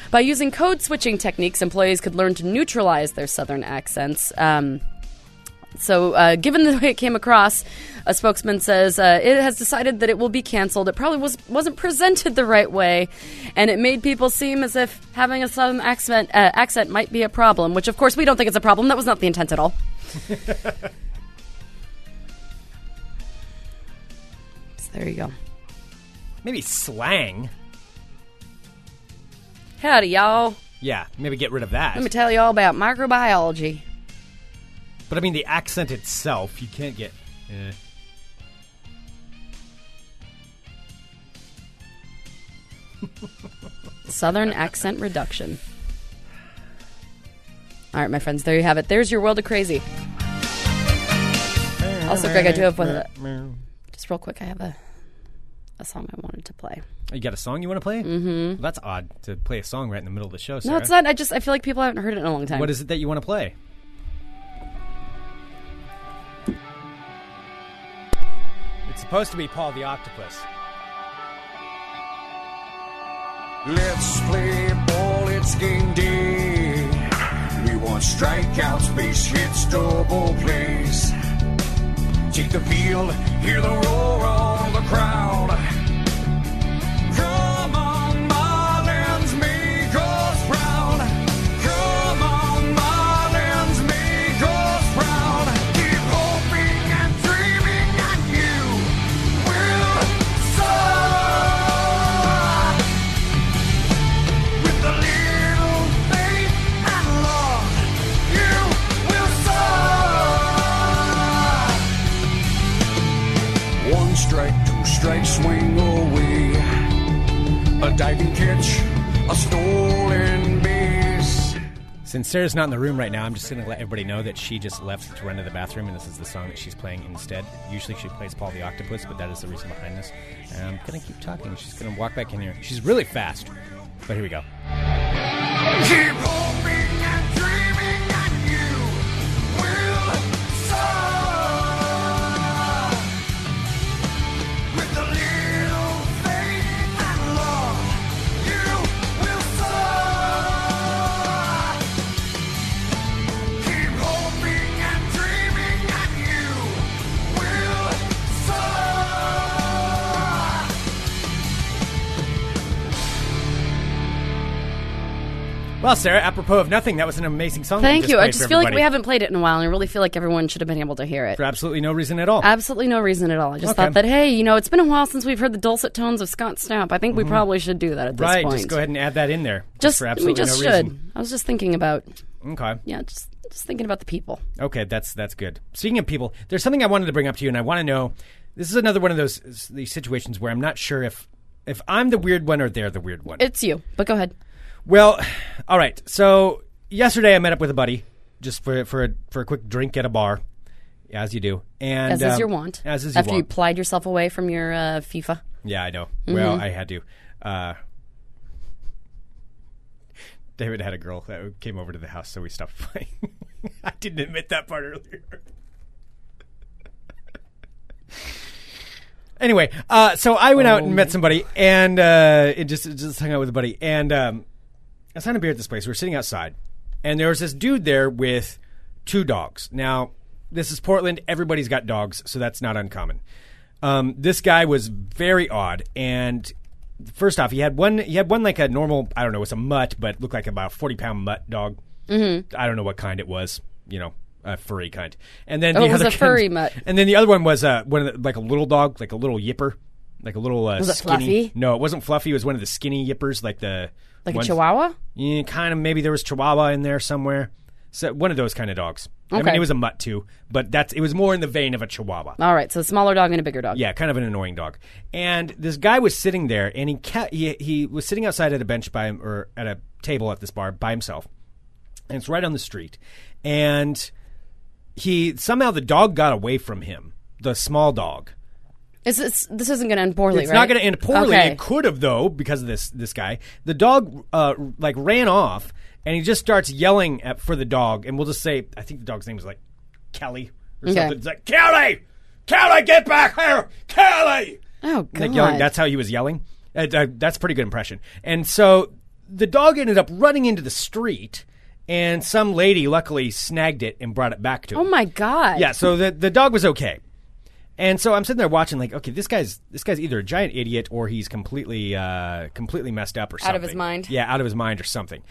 Speaker 7: By using code switching techniques, employees could learn to neutralize their southern accents. Um, so, uh, given the way it came across, a spokesman says uh, it has decided that it will be canceled. It probably was, wasn't presented the right way, and it made people seem as if having a southern accent, uh, accent might be a problem, which, of course, we don't think it's a problem. That was not the intent at all. so, there you go.
Speaker 1: Maybe slang.
Speaker 7: Howdy, y'all.
Speaker 1: Yeah, maybe get rid of that.
Speaker 7: Let me tell you all about microbiology.
Speaker 1: But I mean, the accent itself, you can't get. eh.
Speaker 7: Southern accent reduction. All right, my friends, there you have it. There's your world of crazy. Also, Greg, I do have one. Just real quick, I have a a song I wanted to play.
Speaker 1: You got a song you want to play? Mm-hmm. that's odd to play a song right in the middle of the show. Sarah.
Speaker 7: No, it's not. I just I feel like people haven't heard it in a long time.
Speaker 1: What is it that you want to play? It's supposed to be Paul the Octopus.
Speaker 6: Let's play ball, it's game day. We want strikeouts, base hits, double plays. Take the field, hear the roar of the crowd. Come on, Marlins, make us proud. Come on, Marlins, make us proud. Keep hoping and dreaming, and you will soar. With a little faith and love, you will soar. One strike, two strike, swing away. A diving catch, a stolen base.
Speaker 1: Since Sarah's not in the room right now, I'm just going to let everybody know that she just left to run to the bathroom, and this is the song that she's playing instead. Usually she plays Paul the Octopus, but that is the reason behind this. And I'm going to keep talking. She's going to walk back in here. She's really fast. But here we go.
Speaker 6: Keep hoping and dreaming, and you will soar. With a little faith and love, you will soar. Keep hoping and dreaming, and you will soar.
Speaker 1: Well, Sarah, apropos of nothing, that was an amazing song. that
Speaker 7: Thank you.
Speaker 1: played
Speaker 7: I
Speaker 1: for
Speaker 7: just feel like we
Speaker 1: everybody.
Speaker 7: haven't played it in a while, and I really feel like everyone should have been able to hear it.
Speaker 1: for absolutely no reason at all.
Speaker 7: Absolutely no reason at all. I just
Speaker 1: Okay.
Speaker 7: thought that, hey, you know, it's been a while since we've heard the dulcet tones of Scott Snap. I think we probably should do that at
Speaker 1: Mm-hmm. right.
Speaker 7: this point.
Speaker 1: Just go ahead and add that in there.
Speaker 7: Just-
Speaker 1: for
Speaker 7: we
Speaker 1: absolutely
Speaker 7: just
Speaker 1: no
Speaker 7: should.
Speaker 1: reason.
Speaker 7: I was just thinking about,
Speaker 1: Okay.
Speaker 7: yeah, just just thinking about the people.
Speaker 1: Okay, that's that's good. Speaking of people, there's something I wanted to bring up to you, and I want to know. This is another one of those these situations where I'm not sure if if I'm the weird one or they're the weird one.
Speaker 7: It's you, but go ahead.
Speaker 1: well, all right. So yesterday I met up with a buddy just for for a, for a quick drink at a bar, as you do, and
Speaker 7: As is
Speaker 1: um,
Speaker 7: your want.
Speaker 1: As is
Speaker 7: After
Speaker 1: your
Speaker 7: you
Speaker 1: want.
Speaker 7: plied yourself away from your uh, FIFA.
Speaker 1: yeah, I know. Well, I had to. Uh, David had a girl that came over to the house, so we stopped playing. I didn't admit that part earlier. Anyway, uh, so I went out and
Speaker 7: Oh.
Speaker 1: met somebody, and uh, it just it just hung out with a buddy, and um, I was having a beer at this place. We were sitting outside, and there was this dude there with two dogs. Now, this is Portland; everybody's got dogs, so that's not uncommon. Um, this guy was very odd, and first off, he had one he had one like a normal I don't know, it's a mutt, but looked like about a forty pound mutt dog. Mm-hmm. I don't know what kind it was, you know. A furry kind, and then
Speaker 7: Oh,
Speaker 1: the
Speaker 7: it was
Speaker 1: other
Speaker 7: a furry
Speaker 1: kind-
Speaker 7: mutt.
Speaker 1: and then the other one was uh, one of the, like a little dog, like a little yipper, like a little uh,
Speaker 7: Was it
Speaker 1: skinny.
Speaker 7: fluffy?
Speaker 1: No, it wasn't fluffy. It was one of the skinny yippers, like the
Speaker 7: Like
Speaker 1: ones-
Speaker 7: a chihuah?
Speaker 1: Yeah, kind of. Maybe there was chihuahua in there somewhere. So one of those kind of dogs. I mean,
Speaker 7: Okay.
Speaker 1: it was a mutt too, but that's it was more in the vein of a chihuahua.
Speaker 7: All right, so a smaller dog and a bigger dog.
Speaker 1: Yeah, kind of an annoying dog. And this guy was sitting there, and he kept, he he was sitting outside at a bench by him or at a table at this bar by himself, and it's right on the street, and he somehow the dog got away from him, the small dog.
Speaker 7: Is this, this isn't going to end poorly,
Speaker 1: It's
Speaker 7: right?
Speaker 1: not going to end poorly.
Speaker 7: Okay.
Speaker 1: It could have though because of this this guy. The dog uh, like ran off, and he just starts yelling at, for the dog. And we'll just say I think the dog's name is like Kelly or
Speaker 7: Okay.
Speaker 1: something. It's like Kelly, Kelly, get back here, Kelly.
Speaker 7: oh, God.
Speaker 1: Like yelling. That's how he was yelling. Uh, uh, that's a pretty good impression. And so the dog ended up running into the street, and some lady luckily snagged it and brought it back to him.
Speaker 7: oh, my God.
Speaker 1: Yeah, so the the dog was okay. And so I'm sitting there watching, like, okay, this guy's this guy's either a giant idiot or he's completely uh, completely messed up or something.
Speaker 7: Out of his mind?
Speaker 1: Yeah, out of his mind or something.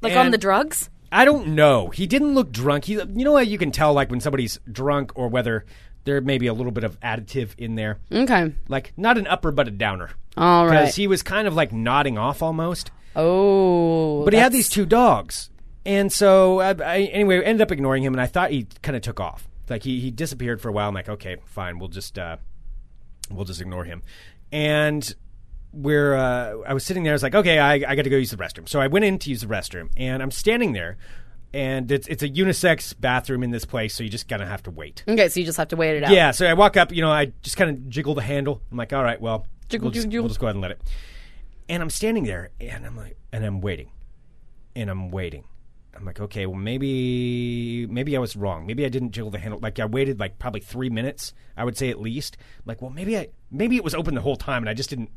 Speaker 7: Like
Speaker 1: And-
Speaker 7: on the drugs?
Speaker 1: I don't know. He didn't look drunk. He, you know, how you can tell like when somebody's drunk or whether there may be a little bit of additive in there,
Speaker 7: Okay.
Speaker 1: like not an upper but a downer.
Speaker 7: All
Speaker 1: Because
Speaker 7: right.
Speaker 1: he was kind of like nodding off almost.
Speaker 7: Oh.
Speaker 1: But he had these two dogs, and so I, I anyway I ended up ignoring him, and I thought he kind of took off. Like he, he disappeared for a while. I'm like, okay, fine, we'll just uh, we'll just ignore him. And we're uh, I was sitting there. I was like, okay, I, I got to go use the restroom. So I went in to use the restroom, and I'm standing there, and it's it's a unisex bathroom in this place, so you just kind of have to wait.
Speaker 7: Okay, so you just have to wait it out.
Speaker 1: Yeah, so I walk up, you know, I just kind of jiggle the handle. I'm like, all right, well,
Speaker 7: Jiggle,
Speaker 1: we'll, just,
Speaker 7: jiggle.
Speaker 1: we'll just go ahead and let it. And I'm standing there, and I'm like, and I'm waiting, and I'm waiting. I'm like, okay, well, maybe, maybe I was wrong. Maybe I didn't jiggle the handle. Like I waited like probably three minutes, I would say at least. I'm like, well, maybe I, maybe it was open the whole time, and I just didn't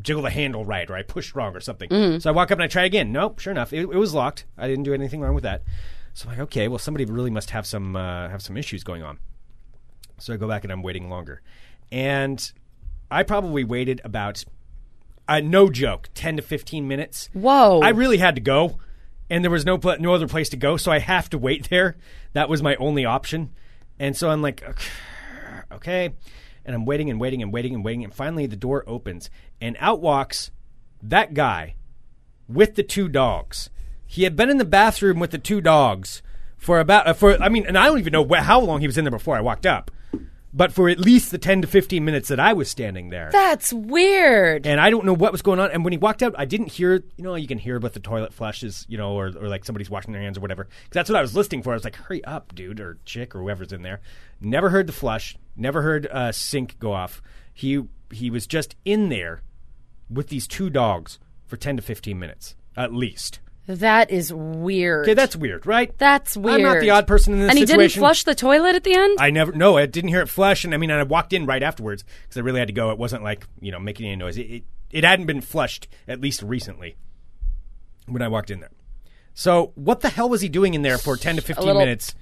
Speaker 1: jiggle the handle right, or I pushed wrong, or something.
Speaker 7: Mm-hmm.
Speaker 1: So I walk up and I try again. Nope, sure enough, it, it was locked. I didn't do anything wrong with that. So I'm like, okay, well, somebody really must have some uh, have some issues going on. So I go back and I'm waiting longer. And I probably waited about, uh, no joke, 10 to 15 minutes.
Speaker 7: Whoa.
Speaker 1: I really had to go. And there was no, pla no other place to go. So I have to wait there. That was my only option. And so I'm like, "Ok- okay. And I'm waiting and waiting and waiting and waiting. And finally the door opens. And out walks that guy with the two dogs. He had been in the bathroom with the two dogs for about uh, for I mean, and I don't even know wh- how long he was in there before I walked up, but for at least the ten to fifteen minutes that I was standing there.
Speaker 7: That's weird.
Speaker 1: and I don't know what was going on. And when he walked out, I didn't hear. You know, you can hear about the toilet flushes, you know, or, or like somebody's washing their hands or whatever. 'Cause that's what I was listening for. I was like, "Hurry up, dude, or chick, or whoever's in there." Never heard the flush. Never heard uh, sink go off. He he was just in there with these two dogs for ten to fifteen minutes at least.
Speaker 7: That is weird.
Speaker 1: Okay, that's weird, right?
Speaker 7: That's weird.
Speaker 1: I'm not the odd person in this
Speaker 7: And he didn't
Speaker 1: situation.
Speaker 7: flush the toilet at the end?
Speaker 1: I never, no, I didn't hear it flush, and I mean, I walked in right afterwards because I really had to go. It wasn't like you know making any noise. It, it it hadn't been flushed at least recently when I walked in there. So what the hell was he doing in there for ten to fifteen
Speaker 7: little-
Speaker 1: minutes?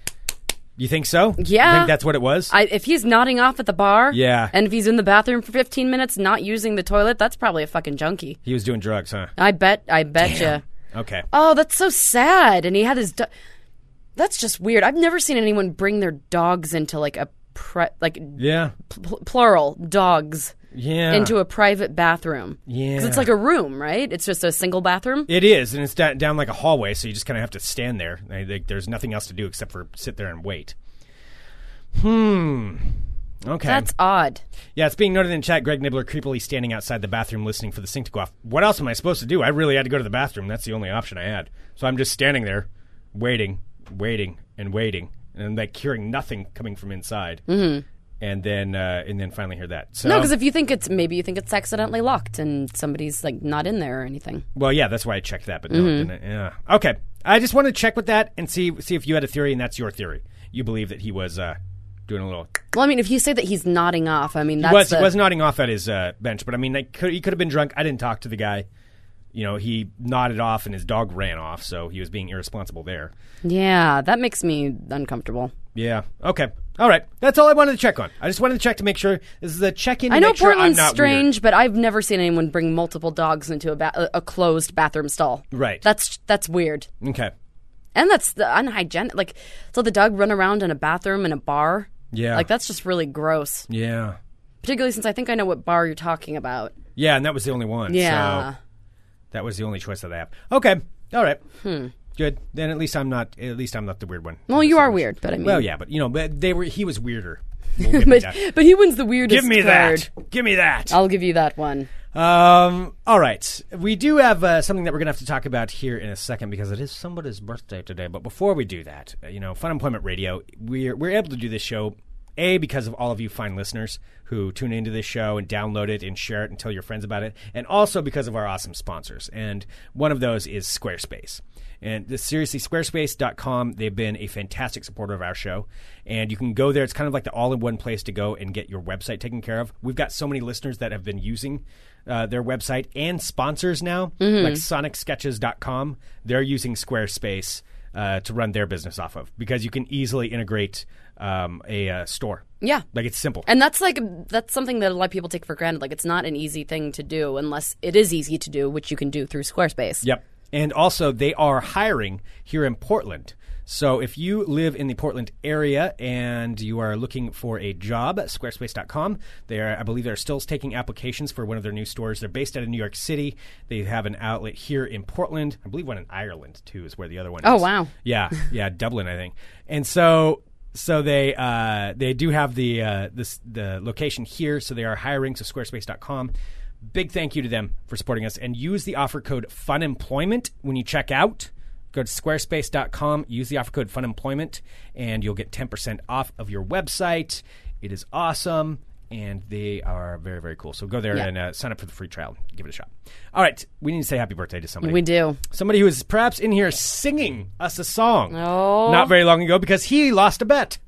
Speaker 1: You think so?
Speaker 7: Yeah.
Speaker 1: You think that's what it was?
Speaker 7: I, if he's nodding off at the bar,
Speaker 1: Yeah.
Speaker 7: and if he's in the bathroom for 15 minutes not using the toilet, that's probably a fucking junkie.
Speaker 1: he was doing drugs, huh?
Speaker 7: I bet, I bet you.
Speaker 1: Okay.
Speaker 7: Oh, that's so sad. And he had his. Do- that's just weird. I've never seen anyone bring their dogs into like a pri- like
Speaker 1: yeah.
Speaker 7: pl- plural dogs
Speaker 1: Yeah.
Speaker 7: into a private bathroom. because
Speaker 1: Yeah.
Speaker 7: it's like a room, right? It's just a single bathroom.
Speaker 1: It is, and it's da- down like a hallway, so you just kind of have to stand there. Like, like, there's nothing else to do except for sit there and wait. Hmm. Okay.
Speaker 7: That's odd.
Speaker 1: yeah, it's being noted in chat. Greg Nibbler creepily standing outside the bathroom listening for the sink to go off. What else am I supposed to do? I really had to go to the bathroom. That's the only option I had. So I'm just standing there, waiting, waiting, and waiting, and like hearing nothing coming from inside. Mm-hmm. And then, uh, and then finally hear that. So
Speaker 7: No, because if you think it's maybe you think it's accidentally locked and somebody's like not in there or anything.
Speaker 1: Well, yeah, that's why I checked that, but no, it didn't. Yeah. Okay. I just want to check with that and see see if you had a theory, and that's your theory. You believe that he was uh, doing a little.
Speaker 7: Well, I mean, if you say that he's nodding off, I mean that's
Speaker 1: He was,
Speaker 7: the,
Speaker 1: he was nodding off at his uh, bench, but I mean, like, could, he could have been drunk. I didn't talk to the guy. You know, he nodded off, and his dog ran off, so he was being irresponsible there.
Speaker 7: yeah, that makes me uncomfortable.
Speaker 1: Yeah. Okay. All right. That's all I wanted to check on. I just wanted to check to make sure this is a check in.
Speaker 7: I know
Speaker 1: make sure I'm
Speaker 7: Portland's
Speaker 1: not weird.
Speaker 7: strange, but I've never seen anyone bring multiple dogs into a, ba- a a closed bathroom stall.
Speaker 1: Right.
Speaker 7: That's that's weird,
Speaker 1: Okay.
Speaker 7: and that's the unhygienic. Like, so the dog run around in a bathroom in a bar.
Speaker 1: Yeah.
Speaker 7: Like that's just really gross.
Speaker 1: Yeah.
Speaker 7: Particularly since I think I know what bar you're talking about.
Speaker 1: Yeah, and that was the only one.
Speaker 7: Yeah.
Speaker 1: So that was the only choice that I have. Okay. All right. Hmm. Good. Then at least I'm not at least I'm not the weird one.
Speaker 7: well, you are weird, but I mean,
Speaker 1: Well, yeah, but you know, but they were he was weirder. We'll give me
Speaker 7: but
Speaker 1: that.
Speaker 7: but he wins the weirdest.
Speaker 1: Give me
Speaker 7: card.
Speaker 1: that. Give me that.
Speaker 7: I'll give you that one.
Speaker 1: Um, all right. We do have uh, something that we're going to have to talk about here in a second because it is somebody's birthday today. But before we do that, uh, you know, Fun Employment Radio, we're, we're able to do this show, A, because of all of you fine listeners who tune into this show and download it and share it and tell your friends about it, and also because of our awesome sponsors. And one of those is Squarespace. And this, seriously, squarespace.com, they've been a fantastic supporter of our show. And you can go there. It's kind of like the all in one place to go and get your website taken care of. We've got so many listeners that have been using uh, their website and sponsors now,
Speaker 7: Mm-hmm.
Speaker 1: like sonicsketches.com. They're using Squarespace uh, to run their business off of because you can easily integrate um, a uh, store.
Speaker 7: Yeah.
Speaker 1: Like it's simple.
Speaker 7: And that's like that's something that a lot of people take for granted. Like it's not an easy thing to do unless it is easy to do, which you can do through Squarespace.
Speaker 1: Yep. And also, they are hiring here in Portland. So if you live in the Portland area and you are looking for a job, squarespace.com. They are, I believe, they're still taking applications for one of their new stores. They're based out of New York City. They have an outlet here in Portland. I believe one in Ireland too is where the other one
Speaker 7: Oh,
Speaker 1: is.
Speaker 7: wow.
Speaker 1: Yeah, yeah, Dublin, I think. And so, so they uh, they do have the uh, this the location here, so they are hiring. So Squarespace.com. Big thank you to them for supporting us, and use the offer code FUNEMPLOYMENT when you check out. Go to squarespace.com, use the offer code FUNEMPLOYMENT, and you'll get 10% off of your website. It is awesome, and they are very, very cool. So go there
Speaker 7: Yeah.
Speaker 1: and uh, sign up for the free trial. Give it a shot. All right, we need to say happy birthday to somebody
Speaker 7: We do.
Speaker 1: somebody who is perhaps in here singing us a song
Speaker 7: Oh.
Speaker 1: not very long ago because he lost a bet.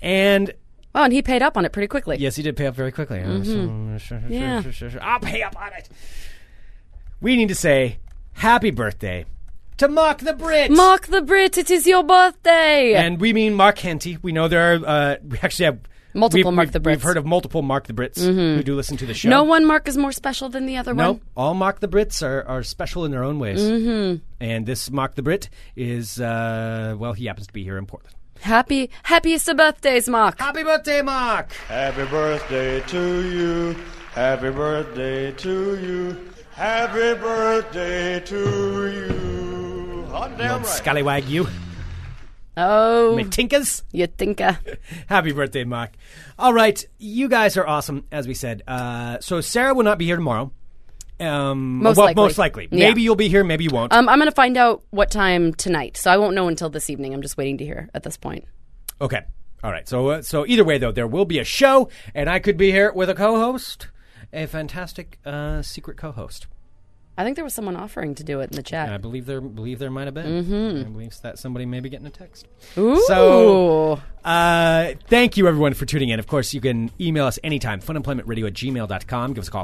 Speaker 1: And
Speaker 7: Oh, and he paid up on it pretty quickly.
Speaker 1: yes, he did pay up very quickly.
Speaker 7: Mm-hmm.
Speaker 1: uh,
Speaker 7: Yeah.
Speaker 1: I'll pay up on it. We need to say happy birthday to Mark the Brit.
Speaker 7: Mark the Brit, it is your birthday.
Speaker 1: and we mean Mark Henty. We know there are, uh, we actually have
Speaker 7: Multiple
Speaker 1: we've-
Speaker 7: Mark
Speaker 1: we've-
Speaker 7: the
Speaker 1: We've
Speaker 7: Brits. Mm-hmm.
Speaker 1: heard of multiple Mark the Brits who do listen to the show.
Speaker 7: no one mark is more special than the other
Speaker 1: No,
Speaker 7: one.
Speaker 1: all Mock the Brits are, are special in their own ways. Mm-hmm. And this Mock the Brit is, uh, well, he happens to be here in Portland.
Speaker 7: Happy happiest of birthdays, Mark.
Speaker 1: Happy birthday, Mark!
Speaker 8: Happy birthday to you. Happy birthday to you. Happy birthday to you. Hot damn right.
Speaker 1: Scallywag, you.
Speaker 7: Oh
Speaker 1: My tinkers.
Speaker 7: you thinker.
Speaker 1: Happy birthday, Mark. All right, you guys are awesome, as we said. Uh, so Sarah will not be here tomorrow. Um,
Speaker 7: Most
Speaker 1: well,
Speaker 7: likely.
Speaker 1: most likely.
Speaker 7: Yeah.
Speaker 1: Maybe you'll be here, maybe you won't.
Speaker 7: Um, I'm gonna find out what time tonight, so I won't know until this evening. I'm just waiting to hear at this point.
Speaker 1: Okay. All right. So uh, so either way though, there will be a show, and I could be here with a co-host, a fantastic uh, secret co-host.
Speaker 7: I think there was someone offering to do it in the
Speaker 1: I
Speaker 7: chat.
Speaker 1: believe there believe there might have been.
Speaker 7: Mm-hmm.
Speaker 1: I believe that somebody may be getting a text.
Speaker 7: Ooh.
Speaker 1: So uh, thank you everyone for tuning in. Of course, you can email us anytime, funemploymentradio at gmail.com. Give us a call,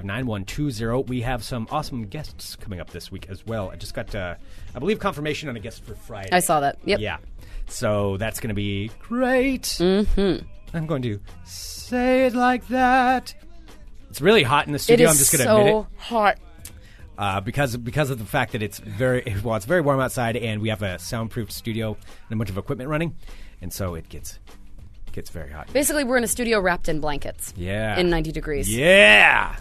Speaker 1: 503-575-9120. We have some awesome guests coming up this week as well. I just got, uh, I believe, confirmation on a guest for Friday.
Speaker 7: I saw that. Yep.
Speaker 1: Yeah. So that's going to be great. Mm-hmm. I'm going to say it like that. It's really hot in the
Speaker 7: It
Speaker 1: studio. I'm
Speaker 7: is
Speaker 1: just going to admit it.
Speaker 7: so hot.
Speaker 1: uh, because because of the fact that it's very well, it's very warm outside, and we have a soundproofed studio and a bunch of equipment running, and so it gets gets very hot.
Speaker 7: Basically, we're in a studio wrapped in blankets.
Speaker 1: Yeah.
Speaker 7: In 90 degrees.
Speaker 1: Yeah.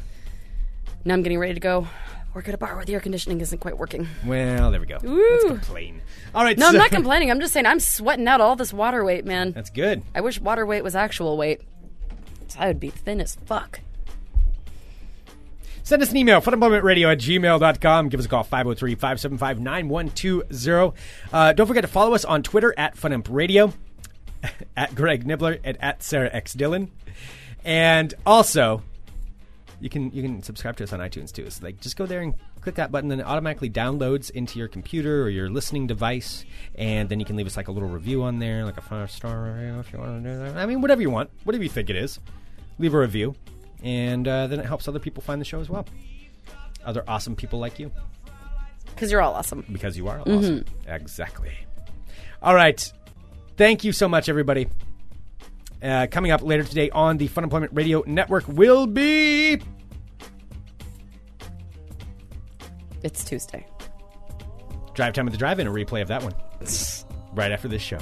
Speaker 7: Now I'm getting ready to go work at a bar where the air conditioning isn't quite working.
Speaker 1: Well, there we go. Let's complain. All right.
Speaker 7: No, I'm
Speaker 1: so-
Speaker 7: not complaining. I'm just saying I'm sweating out all this water weight, man.
Speaker 1: That's good.
Speaker 7: I wish water weight was actual weight. 'Cause I would be thin as fuck.
Speaker 1: Send us an email, funemploymentradio at gmail.com. Give us a call, 503 575 9120. Uh, Don't forget to follow us on Twitter at Funimp Radio, at Greg Nibbler, and at Sarah X Dillon. And also, you can you can subscribe to us on iTunes too. It's like just go there and click that button, and it automatically downloads into your computer or your listening device, and then you can leave us like a little review on there, like a five star review if you want to do that. I mean, whatever you want, whatever you think it is, leave a review, and uh, then it helps other people find the show as well. Other awesome people like you,
Speaker 7: Because you're all awesome.
Speaker 1: because you are awesome. Exactly. All right. Thank you so much, everybody. Uh, coming up later today on the Fun Employment Radio Network will be
Speaker 7: It's Tuesday.
Speaker 1: Drive Time at the Drive In, a replay of that one right after this show.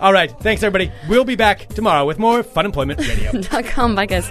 Speaker 1: All right. Thanks, everybody. We'll be back tomorrow with more Fun Employment Radio.
Speaker 7: Dot com, I guess.